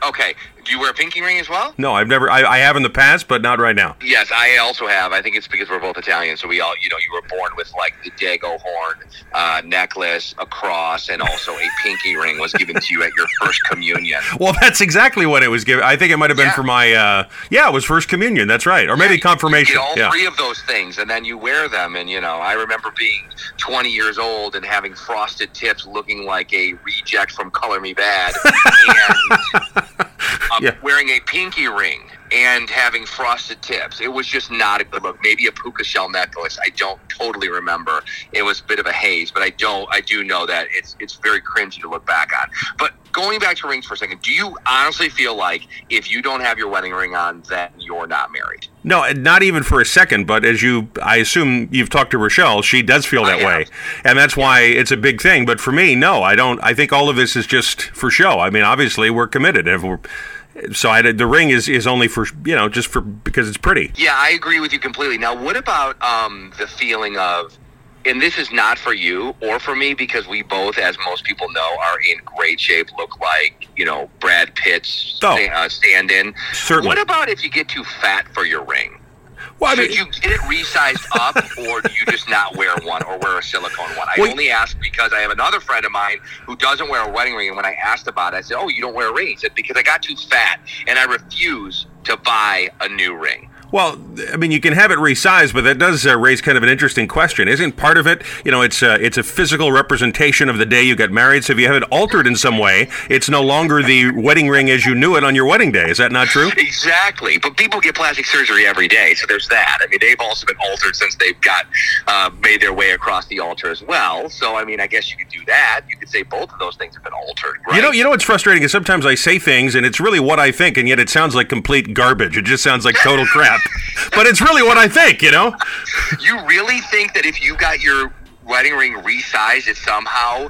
Speaker 5: Okay. Do you wear a pinky ring as well?
Speaker 1: No, I've never. I, I have in the past, but not right now.
Speaker 5: Yes, I also have. I think it's because we're both Italian, so we all, you know, you were born with like the Dago horn uh, necklace, a cross, and also a pinky ring was given to you at your first communion.
Speaker 1: Well, that's exactly what it was given. I think it might have been
Speaker 5: Yeah.
Speaker 1: for my. Uh, yeah, it was first communion. That's right, or maybe
Speaker 5: Yeah, you-
Speaker 1: confirmation.
Speaker 5: You get all
Speaker 1: yeah.
Speaker 5: three of those things, and then you wear them. And you know, I remember being 20 years old and having frosted tips, looking like a reject from Color Me Bad, and um,
Speaker 1: Yeah.
Speaker 5: wearing a pinky ring and having frosted tips. It was just not a good look. Maybe a puka shell necklace. I don't totally remember. It was a bit of a haze, but I don't. I do know that it's it's very cringy to look back on. But going back to rings for a second, do you honestly feel like if you don't have your wedding ring on, then you're not married?
Speaker 1: No, and not even for a second. But as you, I assume you've talked to Rochelle. She does feel that
Speaker 5: have.
Speaker 1: way, and that's why it's a big thing. But for me, no, I don't. I think all of this is just for show. I mean, obviously we're committed. If we're, so I, the ring is is only for you know just for because it's pretty.
Speaker 5: Yeah, I agree with you completely. Now, what about um, the feeling of, and this is not for you or for me because we both, as most people know, are in great shape, look like, you know, Brad Pitt's
Speaker 1: Oh.
Speaker 5: sta- uh, stand in.
Speaker 1: Certainly.
Speaker 5: What about if you get too fat for your ring?
Speaker 1: Well, I
Speaker 5: Should
Speaker 1: mean-
Speaker 5: you get it resized up, or do you just not wear one, or wear a silicone one? I
Speaker 1: Well,
Speaker 5: only ask because I have another friend of mine who doesn't wear a wedding ring, and when I asked about it, I said, "Oh, you don't wear a ring?" He said, "Because I got too fat, and I refuse to buy a new ring."
Speaker 1: Well, I mean, you can have it resized, but that does uh, raise kind of an interesting question. Isn't part of it, you know, it's uh, it's a physical representation of the day you got married. So if you have it altered in some way, it's no longer the wedding ring as you knew it on your wedding day. Is that not true?
Speaker 5: Exactly, but people get plastic surgery every day, so there's that. I mean, they've also been altered since they've got uh, made their way across the altar as well. So, I mean, I guess you could do that. You could say both of those things have been altered, right?
Speaker 1: You know, you know what's frustrating is sometimes I say things and it's really what I think, and yet it sounds like complete garbage. It just sounds like total crap, but it's really what I think. You know?
Speaker 5: You really think that if you got your wedding ring resized, it somehow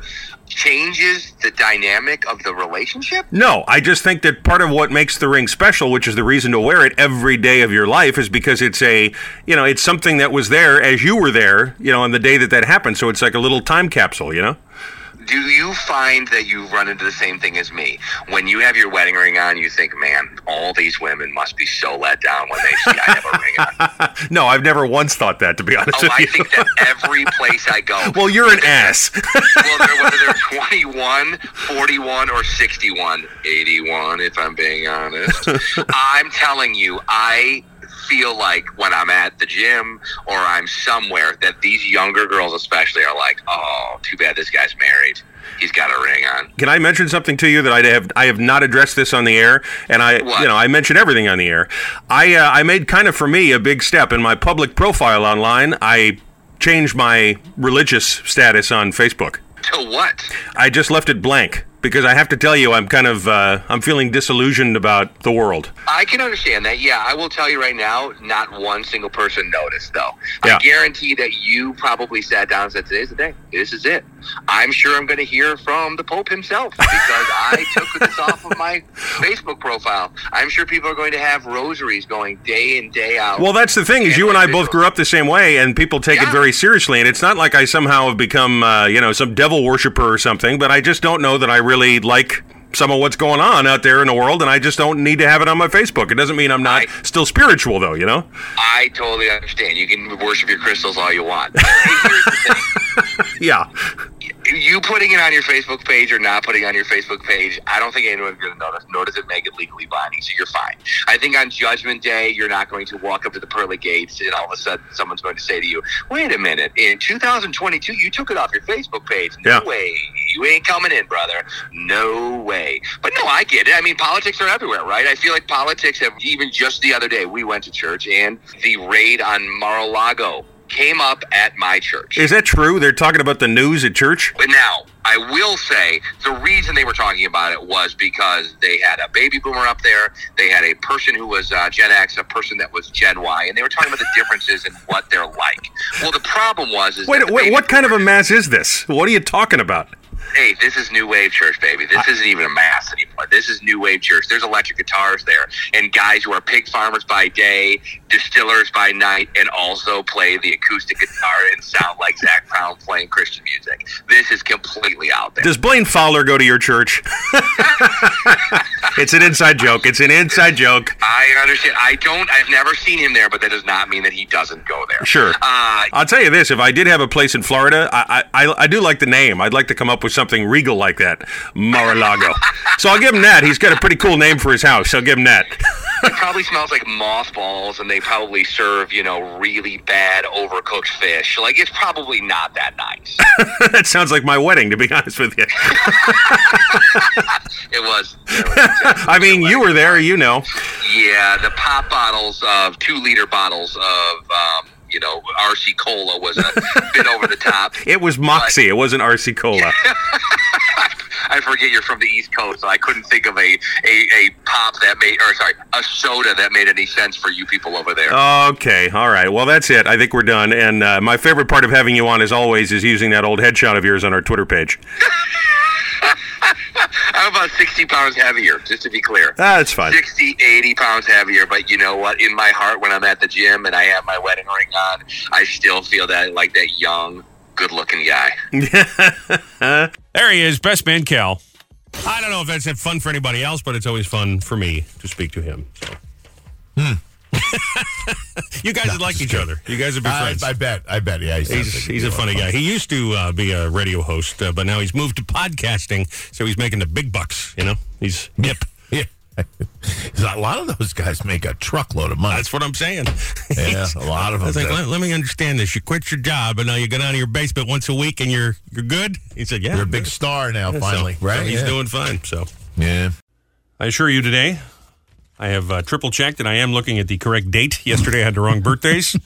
Speaker 5: changes the dynamic of the relationship?
Speaker 1: No, I just think that part of what makes the ring special, which is the reason to wear it every day of your life, is because it's a, you know, it's something that was there as you were there, you know, on the day that that happened. So it's like a little time capsule, you know.
Speaker 5: Do you find that you run into the same thing as me? When you have your wedding ring on, you think, man, all these women must be so let down when they see I have a ring on.
Speaker 1: No, I've never once thought that, to be honest
Speaker 5: Oh,
Speaker 1: with
Speaker 5: I
Speaker 1: you.
Speaker 5: think that every place I go.
Speaker 1: well, you're an ass.
Speaker 5: well, they're, whether they're 21, 41, or 61, 81, if I'm being honest. I'm telling you, I feel like when I'm at the gym or I'm somewhere that these younger girls, especially, are like, oh, too bad this guy's married. He's got a ring on.
Speaker 1: Can I mention something to you that I have I have not addressed this on the air, and I
Speaker 5: What?
Speaker 1: you know I mention everything on the air. I uh, I made kind of for me a big step in my public profile online. I changed my religious status on Facebook.
Speaker 5: To what?
Speaker 1: I just left it blank because I have to tell you I'm kind of uh, I'm feeling disillusioned about the world.
Speaker 5: I can understand that. Yeah, I will tell you right now, not one single person noticed, though.
Speaker 1: Yeah.
Speaker 5: I guarantee that you probably sat down and said, Today's the day. This is it. I'm sure I'm going to hear from the Pope himself because I took this off of my Facebook profile. I'm sure people are going to have rosaries going day in, day out.
Speaker 1: Well, that's the thing is you and I both grew up the same way, and people take it
Speaker 5: Yeah.
Speaker 1: very seriously. And it's not like I somehow have become uh, you know some devil worshiper or something, but I just don't know that I really like some of what's going on out there in the world, and I just don't need to have it on my Facebook. It doesn't mean I'm not
Speaker 5: Right.
Speaker 1: still spiritual though, you know.
Speaker 5: I totally understand. You can worship your crystals all you want. Here's the thing.
Speaker 1: Yeah,
Speaker 5: you putting it on your Facebook page or not putting it on your Facebook page, I don't think anyone's going to notice. Nor does it make it legally binding, so you're fine. I think on Judgment Day, you're not going to walk up to the pearly gates and all of a sudden someone's going to say to you, "Wait a minute, in 2022, you took it off your Facebook page. No
Speaker 1: Yeah.
Speaker 5: way, you ain't coming in, brother. No way." But no, I get it. I mean, politics are everywhere, right? I feel like politics have even just the other day we went to church and the raid on Mar-a-Lago came up at my church.
Speaker 1: is that true? They're talking about the news at church.
Speaker 5: But now, I will say the reason they were talking about it was because they had a baby boomer up there. They had a person who was uh, Gen X, a person that was Gen Y, and they were talking about the differences in what they're like. Well, the problem was is that
Speaker 1: Wait,
Speaker 5: the
Speaker 1: wait,
Speaker 5: baby
Speaker 1: what kind of a
Speaker 5: boomers-
Speaker 1: mass is this? What are you talking about?
Speaker 5: Hey, this is new wave church, baby. This isn't even a mass anymore. This is new wave church. There's electric guitars there, and guys who are pig farmers by day, distillers by night, and also play the acoustic guitar and sound like Zach Brown playing Christian music. This is completely out there.
Speaker 1: Does Blaine Fowler go to your church? it's an inside joke. It's an inside joke.
Speaker 5: I understand. I don't. I've never seen him there, but that does not mean that he doesn't go there.
Speaker 1: Sure.
Speaker 5: Uh,
Speaker 1: I'll tell you this: if I did have a place in Florida, I, I I- I do like the name. I'd like to come up with something regal like that, Mar-a-Lago. so I'll give him that. He's got a pretty cool name for his house. I'll give him that.
Speaker 5: it probably smells like mothballs, and they probably serve you know really bad overcooked fish. Like it's probably not that nice.
Speaker 1: that sounds like my wedding, to be honest with you.
Speaker 5: it was. it was-
Speaker 1: I mean, you were there, you know.
Speaker 5: Yeah, the pop bottles of two liter bottles of um, you know RC cola was a bit over the top.
Speaker 1: It was Moxie. It wasn't RC Cola.
Speaker 5: I forget you're from the East Coast, so I couldn't think of a, a, a pop that made or sorry a soda that made any sense for you people over
Speaker 1: Oh,
Speaker 5: there.
Speaker 1: Okay, all right. Well, that's it. I think we're done. And uh, my favorite part of having you on, as always, is using that old headshot of yours on our Twitter page.
Speaker 5: I'm about 60 pounds heavier, just to be clear.
Speaker 1: Ah, that's fine.
Speaker 5: 60, 80 pounds heavier, but you know what? In my heart, when I'm at the gym and I have my wedding ring on, I still feel that like that young, good looking guy.
Speaker 6: There he is, best man Cal. I don't know if that's that fun for anybody else, but it's always fun for me to speak to him. So.
Speaker 4: Hmm.
Speaker 6: you guys would like each other. You guys would be
Speaker 4: I,
Speaker 6: friends.
Speaker 4: Uh, I bet. I bet. Yeah, he's
Speaker 6: He's, he's a funny guy. He used to uh, be a radio host, uh, but now he's moved to podcasting, so he's making the big bucks. You know, he's hip.
Speaker 4: Yeah. a lot of those guys make a truckload of money.
Speaker 6: That's what I'm saying.
Speaker 4: yeah, a lot of them.
Speaker 6: I was like,
Speaker 4: do.
Speaker 6: let, let me understand this. You quit your job, and now you go down to your basement once a week, and you're you're good. He said, "Yeah,
Speaker 4: You're a big star now,
Speaker 6: So-
Speaker 4: finally,
Speaker 6: so
Speaker 4: right?
Speaker 6: he's
Speaker 4: yeah.
Speaker 6: doing fine." So.
Speaker 4: yeah.
Speaker 6: I assure you today, I have uh, triple checked and I am looking at the correct date. Yesterday I had the wrong birthdays.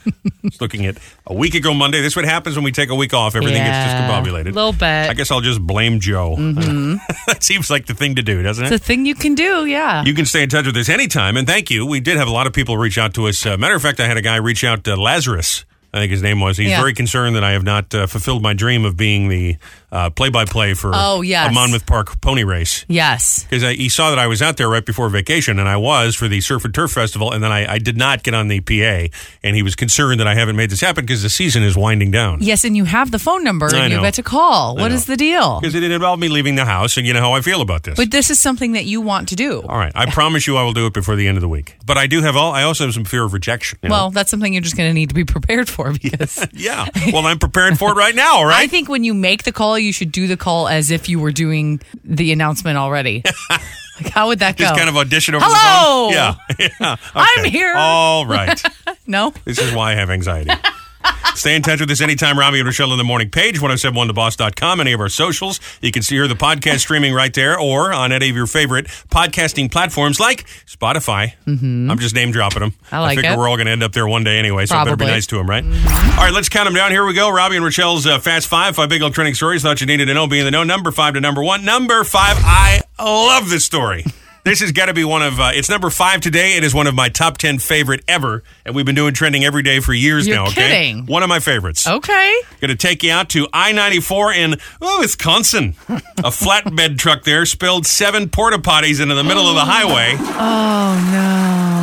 Speaker 6: It's looking at a week ago Monday. This is what happens when we take a week off. Everything
Speaker 2: Yeah, Mm-hmm.
Speaker 6: gets discombobulated.
Speaker 2: little bit.
Speaker 6: I guess I'll just blame Joe. that seems like the thing to do, doesn't it?
Speaker 2: It's a thing you can do, yeah.
Speaker 6: You can stay in touch with us anytime, and thank you. We did have a lot of people reach out to us. Uh, matter of fact, I had a guy reach out to Lazarus. I think his name was. He's
Speaker 2: Yeah.
Speaker 6: very concerned that I have not uh, fulfilled my dream of being the uh, play-by-play for
Speaker 2: Oh, yes.
Speaker 6: a Monmouth Park Pony Race
Speaker 2: yes.
Speaker 6: because he saw that I was out there right before vacation, and I was for the Surf and Turf Festival, and then I, I did not get on the PA, and he was concerned that I haven't made this happen because the season is winding down.
Speaker 2: Yes, and you have the phone number
Speaker 6: I
Speaker 2: and you
Speaker 6: know.
Speaker 2: get to call. What is the deal?
Speaker 6: Because it involved me leaving the house, and you know how I feel about this.
Speaker 2: But this is something that you want to do.
Speaker 6: all right, I promise you, I will do it before the end of the week. But I do have all. I also have some fear of rejection. you know?
Speaker 2: Well, that's something you're just going to need to be prepared for because
Speaker 6: yeah. Well, I'm preparing for it right now. All
Speaker 2: I
Speaker 6: right.
Speaker 2: think when you make the call, you should do the call as if you were doing the announcement already. like, how would that go?
Speaker 6: Just kind of audition over
Speaker 2: Hello!
Speaker 6: the phone. Yeah. yeah.
Speaker 2: I'm
Speaker 6: Okay. Oh.
Speaker 2: here.
Speaker 6: All right.
Speaker 2: no?
Speaker 6: This is why I have anxiety. Stay in touch with us anytime, Robbie and Rochelle in the morning page, 1071theboss.com, any of our socials. You can see hear the podcast streaming right there or on any of your favorite podcasting platforms like Spotify. Mm-hmm. I'm just name dropping them.
Speaker 2: I like
Speaker 6: figure
Speaker 2: it.
Speaker 6: we're all going to end up there one day anyway, so it better be
Speaker 2: Probably. Mm-hmm.
Speaker 6: nice to them, right? All right, let's count them down. Here we go. Robbie and Rochelle's uh, Fast Five, five big old trending stories. Thought you needed to know, being the know. Number five to number one. Number five, I love this story. This has got to be one of, uh, it's number five today. It is one of my top 10 favorite ever. And we've been doing trending every day for years
Speaker 2: You're
Speaker 6: now, okay?
Speaker 2: kidding.
Speaker 6: One of my favorites.
Speaker 2: Okay.
Speaker 6: Going to take you out to I 94 in oh, Wisconsin. A flatbed truck there spilled seven porta potties into the middle of the highway.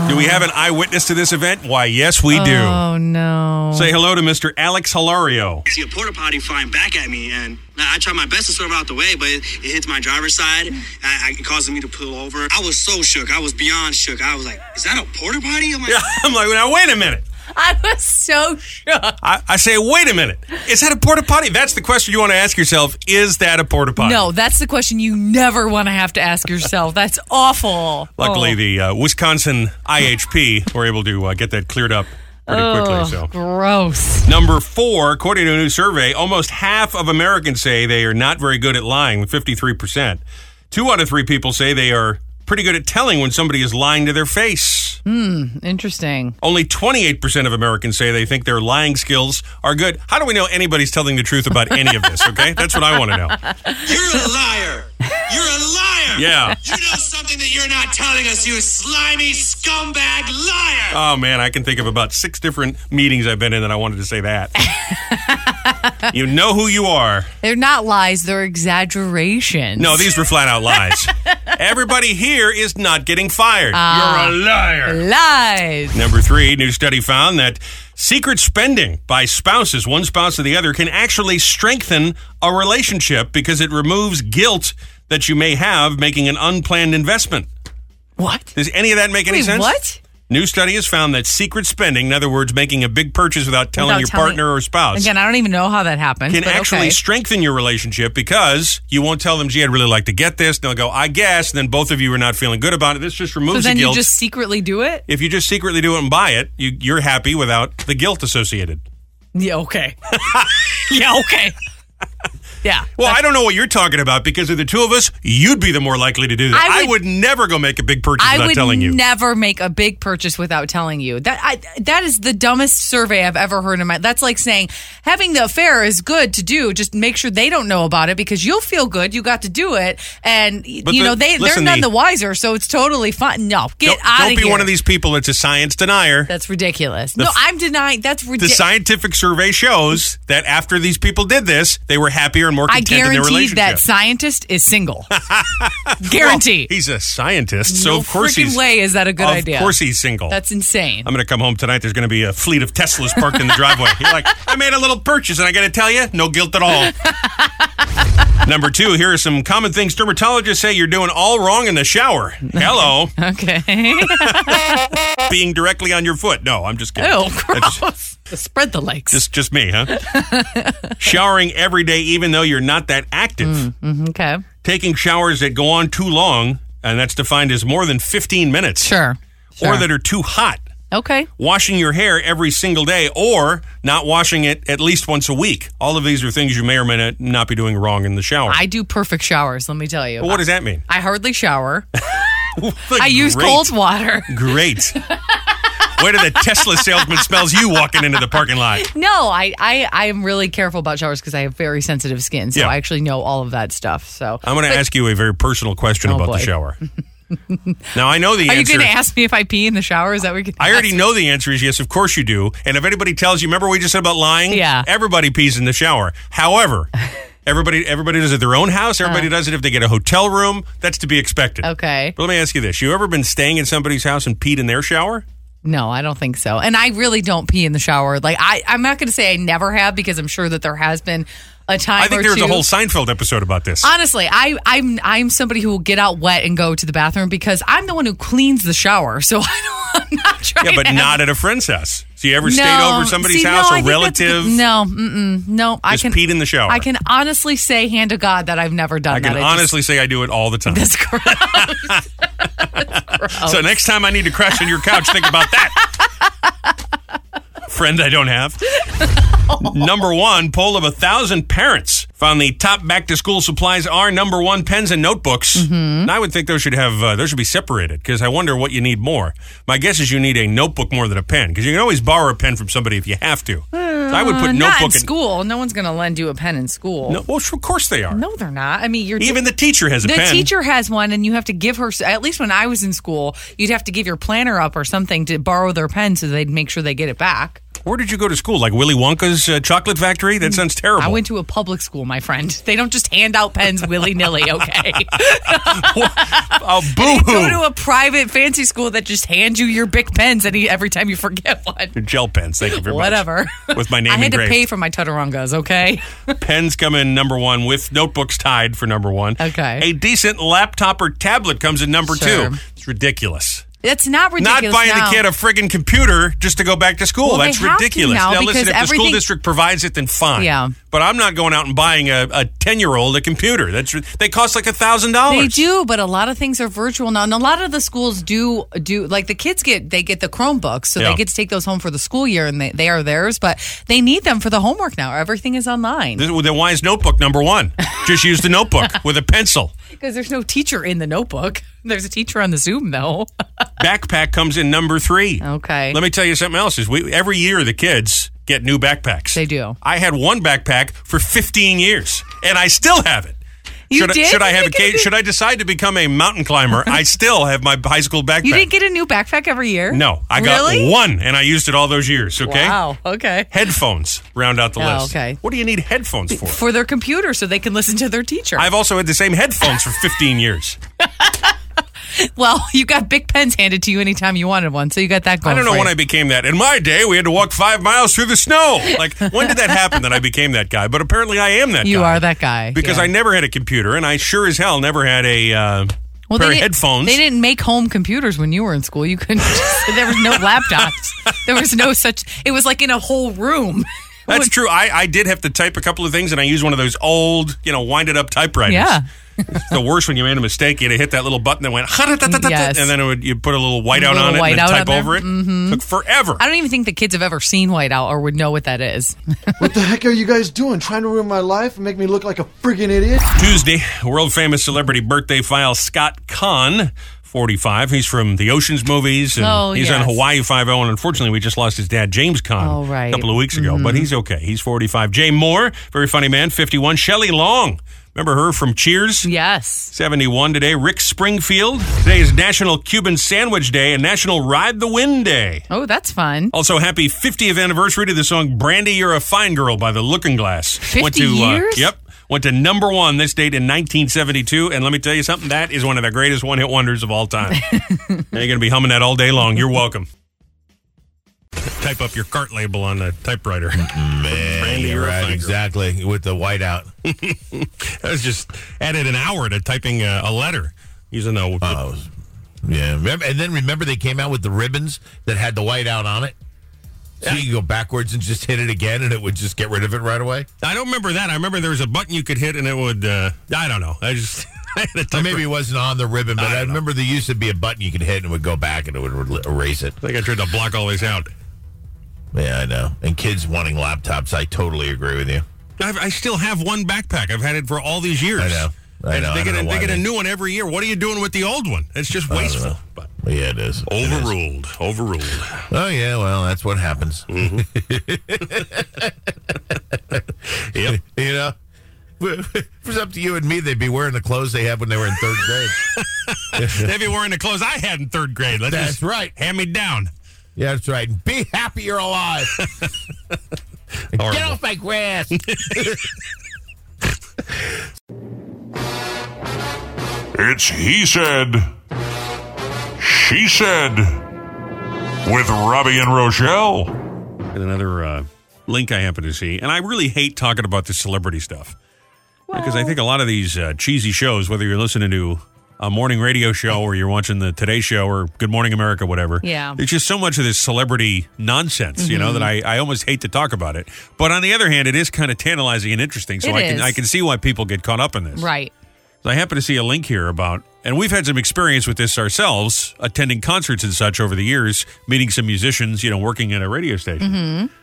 Speaker 2: Oh,
Speaker 6: Do we have an eyewitness to this event? Why, yes, we
Speaker 2: no.
Speaker 6: do.
Speaker 2: Oh, no.
Speaker 6: Say hello to Mr. Alex Hilario.
Speaker 7: see a porta potty flying back at me, and I I try my best to swerve out the way, but it, it hits my driver's side, I, I, it causes me to pull over. I was so shook. I was beyond shook. I was like, "Is that a porta potty?" I'm like,
Speaker 6: I'm like, now wait a minute.
Speaker 2: I was so shocked.
Speaker 6: I, I say, wait a minute. Is that a porta potty? That's the question you want to ask yourself. Is that a porta potty?
Speaker 2: No, that's the question you never want to have to ask yourself. That's awful.
Speaker 6: Luckily,
Speaker 2: Oh.
Speaker 6: the uh, Wisconsin IHP were able to uh, get that cleared up pretty
Speaker 2: Oh.
Speaker 6: quickly. So.
Speaker 2: Gross.
Speaker 6: Number four, according to a new survey, almost half of Americans say they are not very good at lying, with 53%. Two out of three people say they are pretty good at telling when somebody is lying to their face.
Speaker 2: Interesting.
Speaker 6: Only 28% of Americans say they think their lying skills are good. How do we know anybody's telling the truth about any of this, okay? That's what I want to know.
Speaker 7: "You're a liar! You're a liar!
Speaker 6: Yeah.
Speaker 7: You know something that you're not telling us, you slimy scumbag liar!"
Speaker 6: Oh man, I can think of about six different meetings I've been in that I wanted to say that. you know who you are.
Speaker 2: They're not lies, they're exaggerations.
Speaker 6: No, these were flat out lies. Everybody here is not getting fired. You're a liar.
Speaker 2: lies.
Speaker 6: Number three, new study found that secret spending by spouses, one spouse or the other, can actually strengthen a relationship because it removes guilt that you may have making an unplanned investment.
Speaker 2: What?
Speaker 6: Does any of that make any
Speaker 2: Wait,
Speaker 6: sense?
Speaker 2: what?
Speaker 6: New study has found that secret spending, in other words, making a big purchase without telling
Speaker 2: Without
Speaker 6: your
Speaker 2: telling-
Speaker 6: partner or spouse,
Speaker 2: Again, I don't even know how that happened.
Speaker 6: can
Speaker 2: but
Speaker 6: actually
Speaker 2: okay.
Speaker 6: strengthen your relationship because you won't tell them, gee, I'd really like to get this. And they'll go, I guess. And then both of you are not feeling good about it. This just removes
Speaker 2: So then
Speaker 6: the
Speaker 2: you
Speaker 6: guilt.
Speaker 2: just secretly do it?
Speaker 6: if you just secretly do it and buy it, you, you're happy without the guilt associated.
Speaker 2: Yeah, okay. yeah, okay. Yeah.
Speaker 6: Well, I don't know what you're talking about because of the two of us, you'd be the more likely to do that.
Speaker 2: I
Speaker 6: I
Speaker 2: would-
Speaker 6: would, never go make a big purchase
Speaker 2: I
Speaker 6: without
Speaker 2: would
Speaker 6: telling you.
Speaker 2: never make a big purchase without telling you. That I, that is the dumbest survey I've ever heard in my. That's like saying having the affair is good to do. Just make sure they don't know about it because you'll feel good. You got to do it, and y-
Speaker 6: But
Speaker 2: you
Speaker 6: the-
Speaker 2: know they
Speaker 6: listen,
Speaker 2: they're none
Speaker 6: the-
Speaker 2: the, wiser. So it's totally fine. No, get
Speaker 6: don't
Speaker 2: out
Speaker 6: don't
Speaker 2: of
Speaker 6: be
Speaker 2: here.
Speaker 6: one of these people that's a science denier.
Speaker 2: That's ridiculous. no,
Speaker 6: f-
Speaker 2: I'm denying. That's
Speaker 6: the
Speaker 2: ridiculous.
Speaker 6: scientific survey shows that after these people did this, they were happier and more
Speaker 2: I
Speaker 6: content in their
Speaker 2: guarantee
Speaker 6: relationship.
Speaker 2: that scientist is single.
Speaker 6: Well,
Speaker 2: guarantee.
Speaker 6: he's a scientist, so
Speaker 2: no
Speaker 6: of course
Speaker 2: freaking
Speaker 6: he's
Speaker 2: way is that a good
Speaker 6: of
Speaker 2: idea.
Speaker 6: course he's single.
Speaker 2: That's insane.
Speaker 6: I'm going to come home tonight. There's going to be a fleet of Teslas parked in the driveway. You're like, I made a little purchase, and I got to tell you, no guilt at all. Number two, here are some common things dermatologists say you're doing all wrong in the shower. Hello,
Speaker 2: okay.
Speaker 6: being directly on your foot. No, I'm just kidding.
Speaker 2: Ew,
Speaker 6: That's
Speaker 2: Oh, gross. Spread the legs.
Speaker 6: just just me, huh? Showering every day, even though you're not that active.
Speaker 2: Mm. Mm-hmm. okay.
Speaker 6: Taking showers that go on too long, and that's defined as more than 15 minutes,
Speaker 2: Sure.
Speaker 6: or that are too hot.
Speaker 2: Okay.
Speaker 6: washing your hair every single day or not washing it at least once a week. All of these are things you may or may not- not be doing wrong in the shower.
Speaker 2: I do perfect showers, let me tell you.
Speaker 6: But what does that mean?
Speaker 2: I hardly shower. I use
Speaker 6: Great.
Speaker 2: cold water.
Speaker 6: Great. Where did the Tesla salesman smells you walking into the parking lot?
Speaker 2: No, I, I, I am really careful about showers because I have very sensitive skin. So
Speaker 6: Yeah.
Speaker 2: I actually know all of that stuff. So
Speaker 6: I'm going to ask you a very personal question
Speaker 2: Oh,
Speaker 6: about
Speaker 2: boy.
Speaker 6: the shower. now I know the
Speaker 2: are you
Speaker 6: answer.
Speaker 2: going to ask me if I pee in the shower? Is that what you
Speaker 6: I already know the answer is yes, of course you do. And if anybody tells you, remember we just said about lying?
Speaker 2: Yeah.
Speaker 6: Everybody pees in the shower. However, everybody everybody does it at their own house. Everybody does it if they get a hotel room. That's to be expected.
Speaker 2: Uh. Okay.
Speaker 6: But let me ask you this: You ever been staying in somebody's house and peed in their shower?
Speaker 2: No, I don't think so. And I really don't pee in the shower. Like I, I'm not going to say I never have because I'm sure that there has been a time.
Speaker 6: I
Speaker 2: or
Speaker 6: think there was
Speaker 2: two.
Speaker 6: a whole Seinfeld episode about this.
Speaker 2: Honestly, I, I'm I'm somebody who will get out wet and go to the bathroom because I'm the one who cleans the shower. So I don't, I'm not trying.
Speaker 6: yeah, but
Speaker 2: to have-
Speaker 6: not at a friend's house. So you ever stayed
Speaker 2: No.
Speaker 6: over somebody's
Speaker 2: See, no,
Speaker 6: house,
Speaker 2: I
Speaker 6: a
Speaker 2: think that's a
Speaker 6: relative?
Speaker 2: good- No, mm-mm, no. I
Speaker 6: Just
Speaker 2: can
Speaker 6: peed in the shower.
Speaker 2: I can honestly say, hand to God, that I've never done
Speaker 6: I can
Speaker 2: that. It just-
Speaker 6: honestly say I do it all the time.
Speaker 2: that's gross.
Speaker 6: So
Speaker 2: Oh.
Speaker 6: next time I need to crash on your couch, think about that. Friend I don't have. number one, poll of a thousand parents found the top back to school supplies are number one pens and notebooks.
Speaker 2: Mm-hmm.
Speaker 6: And I would think those should have uh, those should be separated because I wonder what you need more. My guess is you need a notebook more than a pen because you can always borrow a pen from somebody if you have to. So I would put
Speaker 2: Uh, not in
Speaker 6: notebook
Speaker 2: school. No one's going to lend you a pen in school.
Speaker 6: No, well, of course they are.
Speaker 2: No, they're not. I mean, you're
Speaker 6: Even the teacher has a
Speaker 2: The
Speaker 6: pen.
Speaker 2: teacher has one, and you have to give her. At least when I was in school, you'd have to give your planner up or something to borrow their pen so they'd make sure they get it back.
Speaker 6: Where did you go to school? Like Willy Wonka's uh, chocolate factory? That sounds terrible.
Speaker 2: Mm. I went to a public school, my friend. They don't just hand out pens willy nilly. Okay,
Speaker 6: oh, boo
Speaker 2: go
Speaker 6: hoo.
Speaker 2: to a private fancy school that just hands you your big pens any every time you forget one.
Speaker 6: Gel pens. Thank you very
Speaker 2: Whatever.
Speaker 6: much. With my name
Speaker 2: I had to
Speaker 6: engraved.
Speaker 2: pay for my Tatarangas, okay?
Speaker 6: Pens come in number one with notebooks tied for number one.
Speaker 2: Okay.
Speaker 6: A decent laptop or tablet comes in number
Speaker 2: Sure.
Speaker 6: two. It's ridiculous.
Speaker 2: That's not ridiculous.
Speaker 6: Not buying
Speaker 2: now.
Speaker 6: the kid a friggin' computer just to go back to school.
Speaker 2: Well, they
Speaker 6: That's
Speaker 2: have to
Speaker 6: ridiculous.
Speaker 2: now
Speaker 6: now listen,
Speaker 2: because
Speaker 6: if the school
Speaker 2: everything-
Speaker 6: district provides it, then fine.
Speaker 2: Yeah.
Speaker 6: But I'm not going out and buying a ten year old a computer. That's ri- they cost like a thousand dollars.
Speaker 2: They do, but a lot of things are virtual now, and a lot of the schools do do like the kids get they get the Chromebooks, so
Speaker 6: Yeah.
Speaker 2: they get to take those home for the school year, and they, they are theirs. But they need them for the homework now. Everything is online
Speaker 6: This- Then why is notebook number one? Just use the notebook with a pencil.
Speaker 2: because there's no teacher in the notebook. There's a teacher on the Zoom though.
Speaker 6: Backpack comes in number three.
Speaker 2: okay,
Speaker 6: Let me tell you something else. Is we every year the kids get new backpacks.
Speaker 2: They do.
Speaker 6: I had one backpack for 15 years, and I still have it.
Speaker 2: You
Speaker 6: should, I,
Speaker 2: did?
Speaker 6: should I have a
Speaker 2: You did.
Speaker 6: case? Should I decide to become a mountain climber? I still have my high school backpack.
Speaker 2: You didn't get a new backpack every year?
Speaker 6: no, I got
Speaker 2: Really?
Speaker 6: one, and I used it all those years. Okay.
Speaker 2: Wow. Okay.
Speaker 6: Headphones round out the
Speaker 2: Oh,
Speaker 6: list.
Speaker 2: okay.
Speaker 6: What do you need headphones for?
Speaker 2: For their computer so they can listen to their teacher.
Speaker 6: I've also had the same headphones for 15 years.
Speaker 2: well, you got big pens handed to you anytime you wanted one, so you got that going.
Speaker 6: I don't know
Speaker 2: for
Speaker 6: when
Speaker 2: you.
Speaker 6: I became that. In my day, we had to walk five miles through the snow. Like, when did that happen that I became that guy? But apparently, I am that
Speaker 2: You
Speaker 6: guy.
Speaker 2: are that guy.
Speaker 6: Because
Speaker 2: yeah.
Speaker 6: I never had a computer, and I sure as hell never had a uh,
Speaker 2: they
Speaker 6: pair of
Speaker 2: didn't-
Speaker 6: headphones.
Speaker 2: They didn't make home computers when you were in school. You couldn't. there was no laptops. There was no such. It was like in a whole room.
Speaker 6: That's true. I, I did have to type a couple of things, and I used one of those old, you know, winded up typewriters.
Speaker 2: Yeah.
Speaker 6: It's the worst when you made a mistake, you had to hit that little button that went,
Speaker 2: Yes.
Speaker 6: and then it would, you put a little whiteout
Speaker 2: Little
Speaker 6: on it and then
Speaker 2: whiteout
Speaker 6: type
Speaker 2: on there. Mm-hmm.
Speaker 6: over it. Took forever.
Speaker 2: I don't even think the kids have ever seen Whiteout or would know what that is.
Speaker 8: What the heck are you guys doing? Trying to ruin my life and make me look like a friggin' idiot?
Speaker 6: Tuesday, world famous celebrity birthday file Scott Kahn, 45. He's from the Ocean's movies. And
Speaker 2: Oh,
Speaker 6: he's on
Speaker 2: yes.
Speaker 6: Hawaii 5 0. And unfortunately, we just lost his dad, James Kahn,
Speaker 2: Oh, right. Mm-hmm.
Speaker 6: a couple of weeks ago. But he's okay. He's 45. Jay Moore, very funny man, 51. Shelley Long, remember her from Cheers?
Speaker 2: Yes.
Speaker 6: 71 today. Rick Springfield. Today is National Cuban Sandwich Day and National Ride the Wind Day.
Speaker 2: Oh, that's fun.
Speaker 6: Also, happy 50th anniversary to the song Brandy, You're a Fine Girl by The Looking Glass.
Speaker 2: 50
Speaker 6: went to, uh,
Speaker 2: years?
Speaker 6: yep. Went to number one this date in 1972. And let me tell you something, that is one of the greatest one hit wonders of all time. now you're going to be humming that all day long. You're welcome. Type up your cart label on the typewriter.
Speaker 4: Man,
Speaker 6: Brandy,
Speaker 4: you're
Speaker 6: you're a
Speaker 4: right,
Speaker 6: fine girl.
Speaker 4: exactly. With the whiteout.
Speaker 6: I was just added an hour to typing uh, a, a letter using a.
Speaker 4: Oh, it was- yeah. Remember, and then remember they came out with the ribbons that had the whiteout on it? So you could go backwards and just hit it again and it would just get rid of it right away?
Speaker 6: I don't remember that. I remember there was a button you could hit and it would. Uh, I don't know. I just. I had a
Speaker 4: Or
Speaker 6: typewriter.
Speaker 4: maybe it wasn't on the ribbon, but
Speaker 6: I
Speaker 4: I,
Speaker 6: don't know.
Speaker 4: remember there used to be a button you could hit and it would go back and it would re- erase it.
Speaker 6: I think I tried to block all these out.
Speaker 4: Yeah, I know. And kids wanting laptops, I totally agree with you.
Speaker 6: I've, I still have one backpack. I've had it for all these years.
Speaker 4: I know. I
Speaker 6: And
Speaker 4: know.
Speaker 6: They
Speaker 4: I
Speaker 6: get,
Speaker 4: don't
Speaker 6: a,
Speaker 4: know
Speaker 6: they
Speaker 4: why
Speaker 6: get a
Speaker 4: they-
Speaker 6: new one every year. What are you doing with the old one? It's just
Speaker 4: don't
Speaker 6: wasteful.
Speaker 4: know.
Speaker 6: But
Speaker 4: Yeah, it is. It is.
Speaker 6: overruled. Overruled.
Speaker 4: Oh, yeah, well, that's what happens.
Speaker 6: Mm-hmm. Yep.
Speaker 4: You know? If it's up to you and me, they'd be wearing the clothes they had when they were in third grade.
Speaker 6: They'd be wearing the clothes I had in third grade. Let's
Speaker 4: That's
Speaker 6: just
Speaker 4: right.
Speaker 6: Hand me down.
Speaker 4: Yeah, that's right. Be happy you're alive. Get off my grass.
Speaker 3: It's He Said, She Said, with Robbie and Rochelle.
Speaker 6: And another uh, link I happen to see. And I really hate talking about the celebrity stuff. Because I think a lot of these uh, cheesy shows, whether you're listening to a morning radio show or you're watching the Today Show or Good Morning America, whatever.
Speaker 2: Yeah. Mm-hmm.
Speaker 6: There's just so much of this celebrity nonsense, you know, that I, I almost hate to talk about it. But on the other hand, it is kind of tantalizing and interesting. So
Speaker 2: It
Speaker 6: I can
Speaker 2: is.
Speaker 6: I can see why people get caught up in this.
Speaker 2: Right.
Speaker 6: So I happen to see a link here about, and we've had some experience with this ourselves, attending concerts and such over the years, meeting some musicians, you know, working at a radio station.
Speaker 2: Mm-hmm.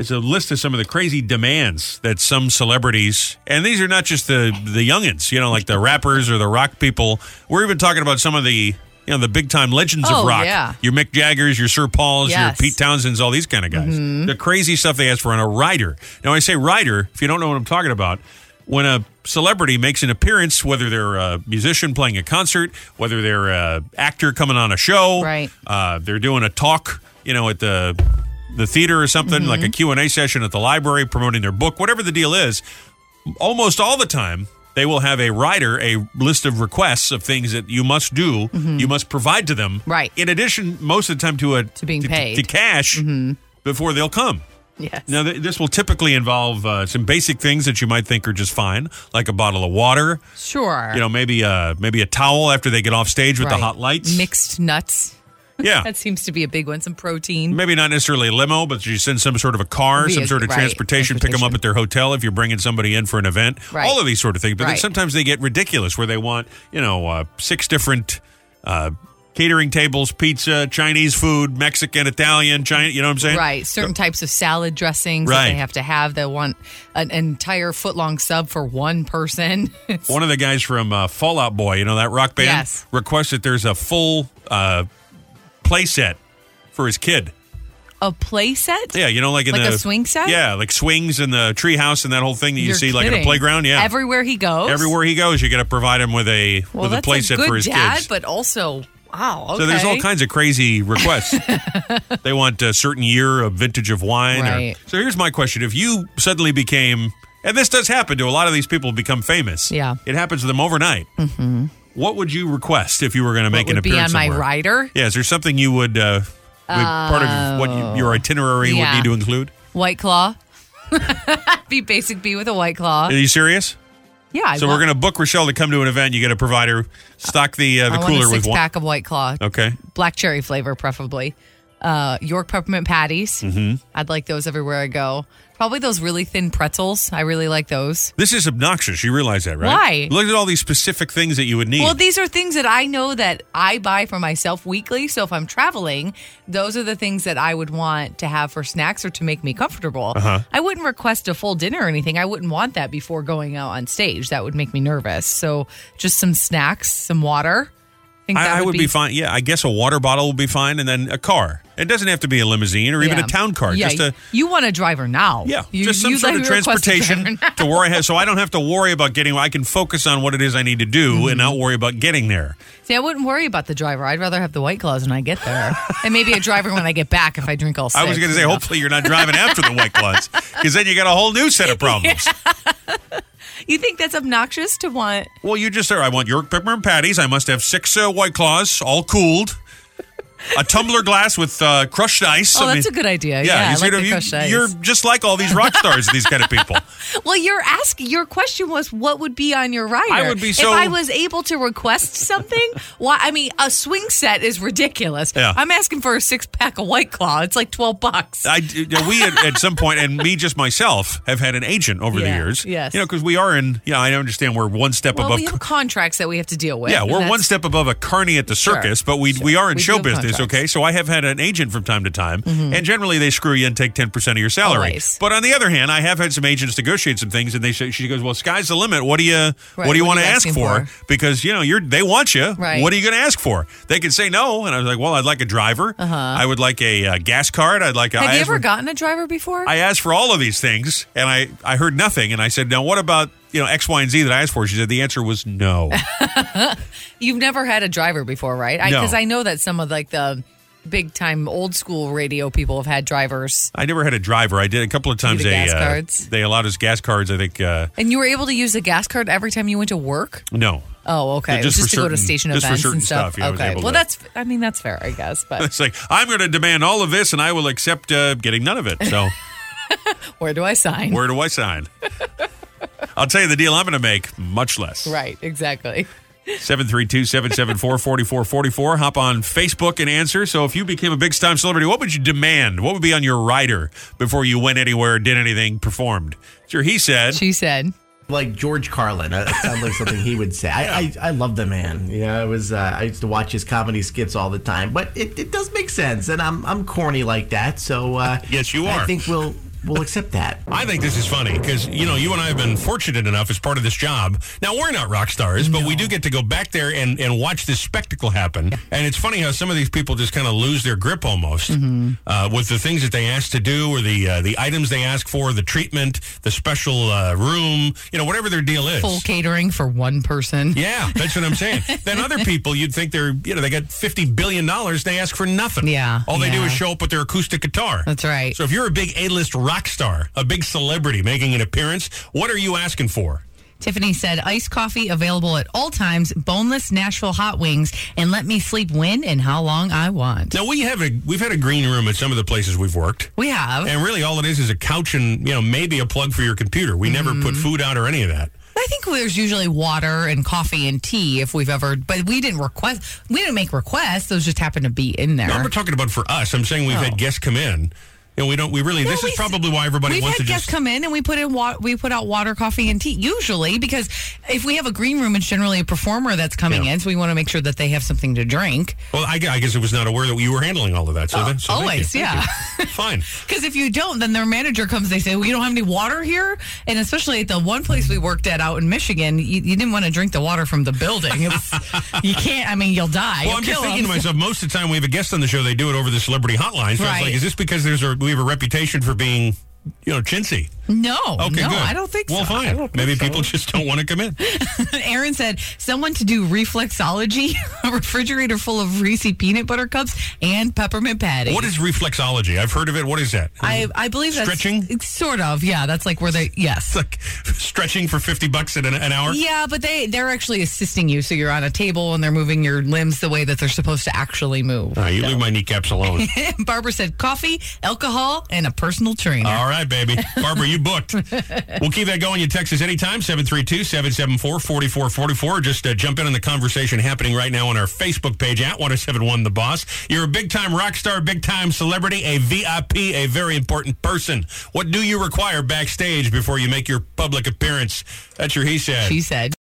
Speaker 6: It's a list of some of the crazy demands that some celebrities, and these are not just the the youngins, you know, like the rappers or the rock people. We're even talking about some of the. You know the big time legends of
Speaker 2: Oh,
Speaker 6: rock.
Speaker 2: yeah.
Speaker 6: Your Mick Jaggers, your Sir Pauls,
Speaker 2: Yes.
Speaker 6: your Pete Townsends, all these kind of guys.
Speaker 2: Mm-hmm.
Speaker 6: The crazy stuff they ask for on a rider. Now, I say rider, if you don't know what I'm talking about, when a celebrity makes an appearance, whether they're a musician playing a concert, whether they're a actor coming on a show,
Speaker 2: Right.
Speaker 6: uh, they're doing a talk, you know, at the the theater or something, like
Speaker 2: Mm-hmm.
Speaker 6: a Q&A session at the library promoting their book, whatever the deal is, almost all the time they will have a rider a list of requests of things that you must do you must provide to them
Speaker 2: Mm-hmm. Right.
Speaker 6: in addition most of the time to a
Speaker 2: To being paid. Mm-hmm.
Speaker 6: to, cash before they'll come
Speaker 2: Yes.
Speaker 6: now th- this will typically involve uh, some basic things that you might think are just fine like a bottle of water
Speaker 2: Sure.
Speaker 6: you know maybe uh maybe a towel after they get off stage with
Speaker 2: Right.
Speaker 6: the hot lights
Speaker 2: Mixed nuts.
Speaker 6: yeah
Speaker 2: That seems to be a big one. Some protein.
Speaker 6: Maybe not necessarily a limo, but you send some sort of a car, some
Speaker 2: Vehi-
Speaker 6: sort of
Speaker 2: right,
Speaker 6: transportation, pick them up
Speaker 2: transportation.
Speaker 6: at their hotel if you're bringing somebody in for an event.
Speaker 2: Right.
Speaker 6: All of these sort of things. But then
Speaker 2: Right.
Speaker 6: sometimes they get ridiculous where they want, you know, uh, six different uh, catering tables, pizza, Chinese food, Mexican, Italian, Chinese, you know what I'm saying?
Speaker 2: Right. Certain types of salad dressings that
Speaker 6: Right.
Speaker 2: they have to have. They want an entire foot long sub for one person. It's-
Speaker 6: One of the guys from uh, Fallout Boy, you know, that rock band,
Speaker 2: Yes.
Speaker 6: requested there's a full uh, play set for his kid.
Speaker 2: a play set?
Speaker 6: Yeah, you know, like in
Speaker 2: Like
Speaker 6: the
Speaker 2: a swing set?
Speaker 6: Yeah, like swings and the treehouse and that whole thing that you
Speaker 2: You're
Speaker 6: see like in a
Speaker 2: kidding.
Speaker 6: playground. Yeah,
Speaker 2: Everywhere he goes.
Speaker 6: everywhere he goes, you got to provide him with a
Speaker 2: Well,
Speaker 6: with a
Speaker 2: that's
Speaker 6: play set
Speaker 2: good
Speaker 6: for his
Speaker 2: dad,
Speaker 6: kids.
Speaker 2: but also wow. Okay.
Speaker 6: So there's all kinds of crazy requests. they want a certain year of vintage of wine. or-
Speaker 2: Right.
Speaker 6: so here's my question: If you suddenly became, and this does happen to a lot of these people, who become famous.
Speaker 2: Yeah.
Speaker 6: it happens to them overnight. Mm-hmm. What would you request if you were going to make
Speaker 2: would
Speaker 6: an
Speaker 2: be
Speaker 6: appearance
Speaker 2: on my
Speaker 6: somewhere?
Speaker 2: rider.
Speaker 6: Yeah, is there something you would uh, would- part of what you, your itinerary
Speaker 2: Oh. Yeah.
Speaker 6: would need to include?
Speaker 2: White claw. be basic B with a white claw.
Speaker 6: Are you serious?
Speaker 2: Yeah. I
Speaker 6: So we're
Speaker 2: want-
Speaker 6: going to book Rochelle to come to an event. You got to provide her stock the uh, the
Speaker 2: I want
Speaker 6: cooler
Speaker 2: a six
Speaker 6: with wine.
Speaker 2: pack of white claw.
Speaker 6: Okay.
Speaker 2: Black cherry flavor, preferably. Uh, York peppermint patties. Mm-hmm. I'd like those everywhere I go. Probably those really thin pretzels. I really like those.
Speaker 6: This is obnoxious. You realize that,
Speaker 2: Why?
Speaker 6: right? Look at all these specific things that you would need.
Speaker 2: Well, these are things that I know that I buy for myself weekly. So if I'm traveling, those are the things that I would want to have for snacks or to make me comfortable.
Speaker 6: Uh-huh.
Speaker 2: I wouldn't request a full dinner or anything. I wouldn't want that before going out on stage. That would make me nervous. So just some snacks, some water. think that
Speaker 6: I, I would be, fine. Yeah, I guess a water bottle would be fine, and then a car. It doesn't have to be a limousine or even
Speaker 2: Yeah.
Speaker 6: a town car.
Speaker 2: Yeah,
Speaker 6: Just a
Speaker 2: you want a driver now.
Speaker 6: yeah,
Speaker 2: You-
Speaker 6: just some
Speaker 2: you'd
Speaker 6: sort
Speaker 2: like
Speaker 6: of
Speaker 2: to request a
Speaker 6: transportation
Speaker 2: driver now.
Speaker 6: to worry. So I don't have to worry about getting. I can focus on what it is I need to do
Speaker 2: Mm-hmm.
Speaker 6: and not worry about getting there.
Speaker 2: See, I wouldn't worry about the driver. I'd rather have the white claws when I get there, and maybe a driver when I get back if I drink all. Six,
Speaker 6: I was going to say,
Speaker 2: you know?
Speaker 6: hopefully you're not driving after the white gloves, because then you got a whole new set of problems.
Speaker 2: you think that's obnoxious to want
Speaker 6: Well, you just said I want York peppermint patties. I must have six uh, white claws, all cooled. A tumbler glass with uh, crushed ice.
Speaker 2: Oh,
Speaker 6: I
Speaker 2: that's
Speaker 6: mean-
Speaker 2: a good idea. Yeah, I
Speaker 6: you
Speaker 2: like
Speaker 6: sort of-
Speaker 2: the
Speaker 6: you-
Speaker 2: crushed ice.
Speaker 6: You're just like all these rock stars, these kind of people.
Speaker 2: well, you're asking. Your question was, what would be on your rider?
Speaker 6: I would be so-
Speaker 2: If I was able to request something, why? I mean, a swing set is ridiculous.
Speaker 6: Yeah.
Speaker 2: I'm asking for a six pack of White Claw. It's like twelve bucks.
Speaker 6: I, we at, at some point, and me just myself, have had an agent over the
Speaker 2: Yeah,
Speaker 6: years.
Speaker 2: yes.
Speaker 6: You know, because we are in, yeah, I understand we're one step
Speaker 2: well,
Speaker 6: above.
Speaker 2: we have contracts that we have to deal with.
Speaker 6: yeah,
Speaker 2: and
Speaker 6: we're one
Speaker 2: that's-
Speaker 6: step above a carny at the circus, but we we are in
Speaker 2: We do
Speaker 6: show
Speaker 2: have
Speaker 6: business,
Speaker 2: contracts. Mm-hmm.
Speaker 6: okay? So I have had an agent from time to time, and generally they screw you and take ten percent of your salary.
Speaker 2: Always.
Speaker 6: But on the other hand, I have had some agents negotiate some things, and they say she goes, "Well, sky's the limit. What do you what
Speaker 2: what
Speaker 6: do you
Speaker 2: are
Speaker 6: want to
Speaker 2: you
Speaker 6: ask
Speaker 2: asking
Speaker 6: for?
Speaker 2: for?
Speaker 6: Because you know you're they want you.
Speaker 2: Right.
Speaker 6: What are you going to ask for? They could say no, and I was like, "Well, I'd like a driver. Uh-huh. I would like a uh, gas card. I'd like a."
Speaker 2: Have
Speaker 6: I
Speaker 2: you
Speaker 6: asked
Speaker 2: ever
Speaker 6: for-
Speaker 2: gotten a driver before?
Speaker 6: I asked for all of these things, and I, I heard nothing. And I said, "Now, what about you know X, Y, and Z that I asked for?" She said, "The answer was no."
Speaker 2: You've never had a driver before, right?
Speaker 6: No.
Speaker 2: Because I, know that some of like the big time old school radio people have had drivers,
Speaker 6: I never had a driver. I did a couple of times.
Speaker 2: the
Speaker 6: they
Speaker 2: gas
Speaker 6: uh,
Speaker 2: cards?
Speaker 6: they allowed us gas cards. I think uh,
Speaker 2: and you were able to use a gas card every time you went to work.
Speaker 6: no.
Speaker 2: Oh, okay.
Speaker 6: Yeah,
Speaker 2: It was
Speaker 6: just
Speaker 2: just
Speaker 6: for
Speaker 2: to go to
Speaker 6: certain-
Speaker 2: station
Speaker 6: just for
Speaker 2: events
Speaker 6: certain
Speaker 2: and stuff.
Speaker 6: stuff, yeah, I was
Speaker 2: okay.
Speaker 6: able
Speaker 2: Well,
Speaker 6: to-
Speaker 2: that's. I mean, that's fair, I guess. But
Speaker 6: It's like I'm going to demand all of this, and I will accept uh, getting none of it. So
Speaker 2: where do I sign?
Speaker 6: where do I sign? I'll tell you the deal I'm going to make much less.
Speaker 2: Right. Exactly.
Speaker 6: 732-774-4444. Hop on Facebook and answer. So if you became a big time celebrity, what would you demand? What would be on your rider before you went anywhere, did anything, performed? Sure, he said.
Speaker 2: She said.
Speaker 4: like George Carlin. Uh, It sounds like something he would say. I, I, I love the man. You know, it was uh, I used to watch his comedy skits all the time, but it, it does make sense, and I'm I'm corny like that. So uh,
Speaker 6: Yes, you are.
Speaker 4: I think we'll we'll accept that.
Speaker 6: I think this is funny because, you know, you and I have been fortunate enough as part of this job. Now, we're not rock stars, but we do get to go back there and, and watch this spectacle happen. And it's funny how some of these people just kind of lose their grip almost
Speaker 2: Mm-hmm.
Speaker 6: uh, with the things that they ask to do or the uh, the items they ask for, the treatment, the special uh, room, you know, whatever their deal is.
Speaker 2: Full catering for one person.
Speaker 6: Yeah, that's what I'm saying. then other people, you'd think they're, you know, they got $50 billion, they ask for nothing.
Speaker 2: Yeah,
Speaker 6: All they do
Speaker 2: yeah.
Speaker 6: is show up with their acoustic guitar.
Speaker 2: That's right.
Speaker 6: So if you're a big A list rock star, a big celebrity making an appearance, what are you asking for?
Speaker 2: Tiffany said, iced coffee available at all times, boneless Nashville hot wings, and let me sleep when and how long I want.
Speaker 6: Now we have a we've had a green room at some of the places we've worked.
Speaker 2: We have.
Speaker 6: And really all it is is a couch and you know, maybe a plug for your computer. We never
Speaker 2: Mm-hmm.
Speaker 6: put food out or any of that.
Speaker 2: I think there's usually water and coffee and tea if we've ever, but we didn't request, we didn't make requests. Those just happened to be in there.
Speaker 6: I'm not talking about for us. I'm saying we've had guests come in
Speaker 4: And we don't. We really. this
Speaker 2: we
Speaker 4: is
Speaker 2: s-
Speaker 4: probably why everybody
Speaker 2: Oh. We've
Speaker 4: wants
Speaker 2: had
Speaker 4: to
Speaker 2: guests
Speaker 4: just.
Speaker 2: come in and we put in wa- we put out water, coffee, and tea usually because if we have a green room, it's generally a performer that's coming in, so we want to make sure that they have something to drink.
Speaker 4: well, I, gu- I guess it was not aware that you were handling all of that.
Speaker 2: Oh,
Speaker 4: So, then, so thank you.
Speaker 2: Always,
Speaker 4: Thank
Speaker 2: yeah.
Speaker 4: you. Fine.
Speaker 2: Because if you don't, then their manager comes. They say, "Well, you don't have any water here," and especially at the one place we worked at out in Michigan, you, you didn't want to drink the water from the building. It's, you can't. I mean, you'll die.
Speaker 4: Well,
Speaker 2: You'll
Speaker 4: I'm just
Speaker 2: kill
Speaker 4: thinking to
Speaker 2: 'em.
Speaker 4: myself. Most of the time, we have a guest on the show. They do it over the celebrity hotline. So it's
Speaker 2: Right.
Speaker 4: like, is this because there's a we have a reputation for being, you know, chintzy?
Speaker 2: No,
Speaker 4: Okay,
Speaker 2: no,
Speaker 4: good.
Speaker 2: I don't think
Speaker 4: Well,
Speaker 2: so. I
Speaker 4: fine.
Speaker 2: don't think
Speaker 4: Maybe
Speaker 2: so.
Speaker 4: people just don't want to come in.
Speaker 2: Aaron said, someone to do reflexology, a refrigerator full of Reese peanut butter cups and peppermint patties.
Speaker 4: What is reflexology? I've heard of it. What is that?
Speaker 2: I, I believe that's
Speaker 4: Stretching?
Speaker 2: it's Sort of, yeah. That's like where they, yes.
Speaker 4: It's like stretching for fifty bucks at an, an hour.
Speaker 2: Yeah, but they they're actually assisting you. So you're on a table and they're moving your limbs the way that they're supposed to actually move.
Speaker 4: All right, you leave my kneecaps alone.
Speaker 2: Barbara said coffee, alcohol, and a personal trainer.
Speaker 4: All right, baby. Barbara, you booked. we'll keep that going. You text us anytime, 732-774-4444. Just uh, jump in on the conversation happening right now on our Facebook page, at 1071 The Boss. You're a big-time rock star, big-time celebrity, a VIP, a very important person. What do you require backstage before you make your public appearance? That's your he said.
Speaker 2: She said.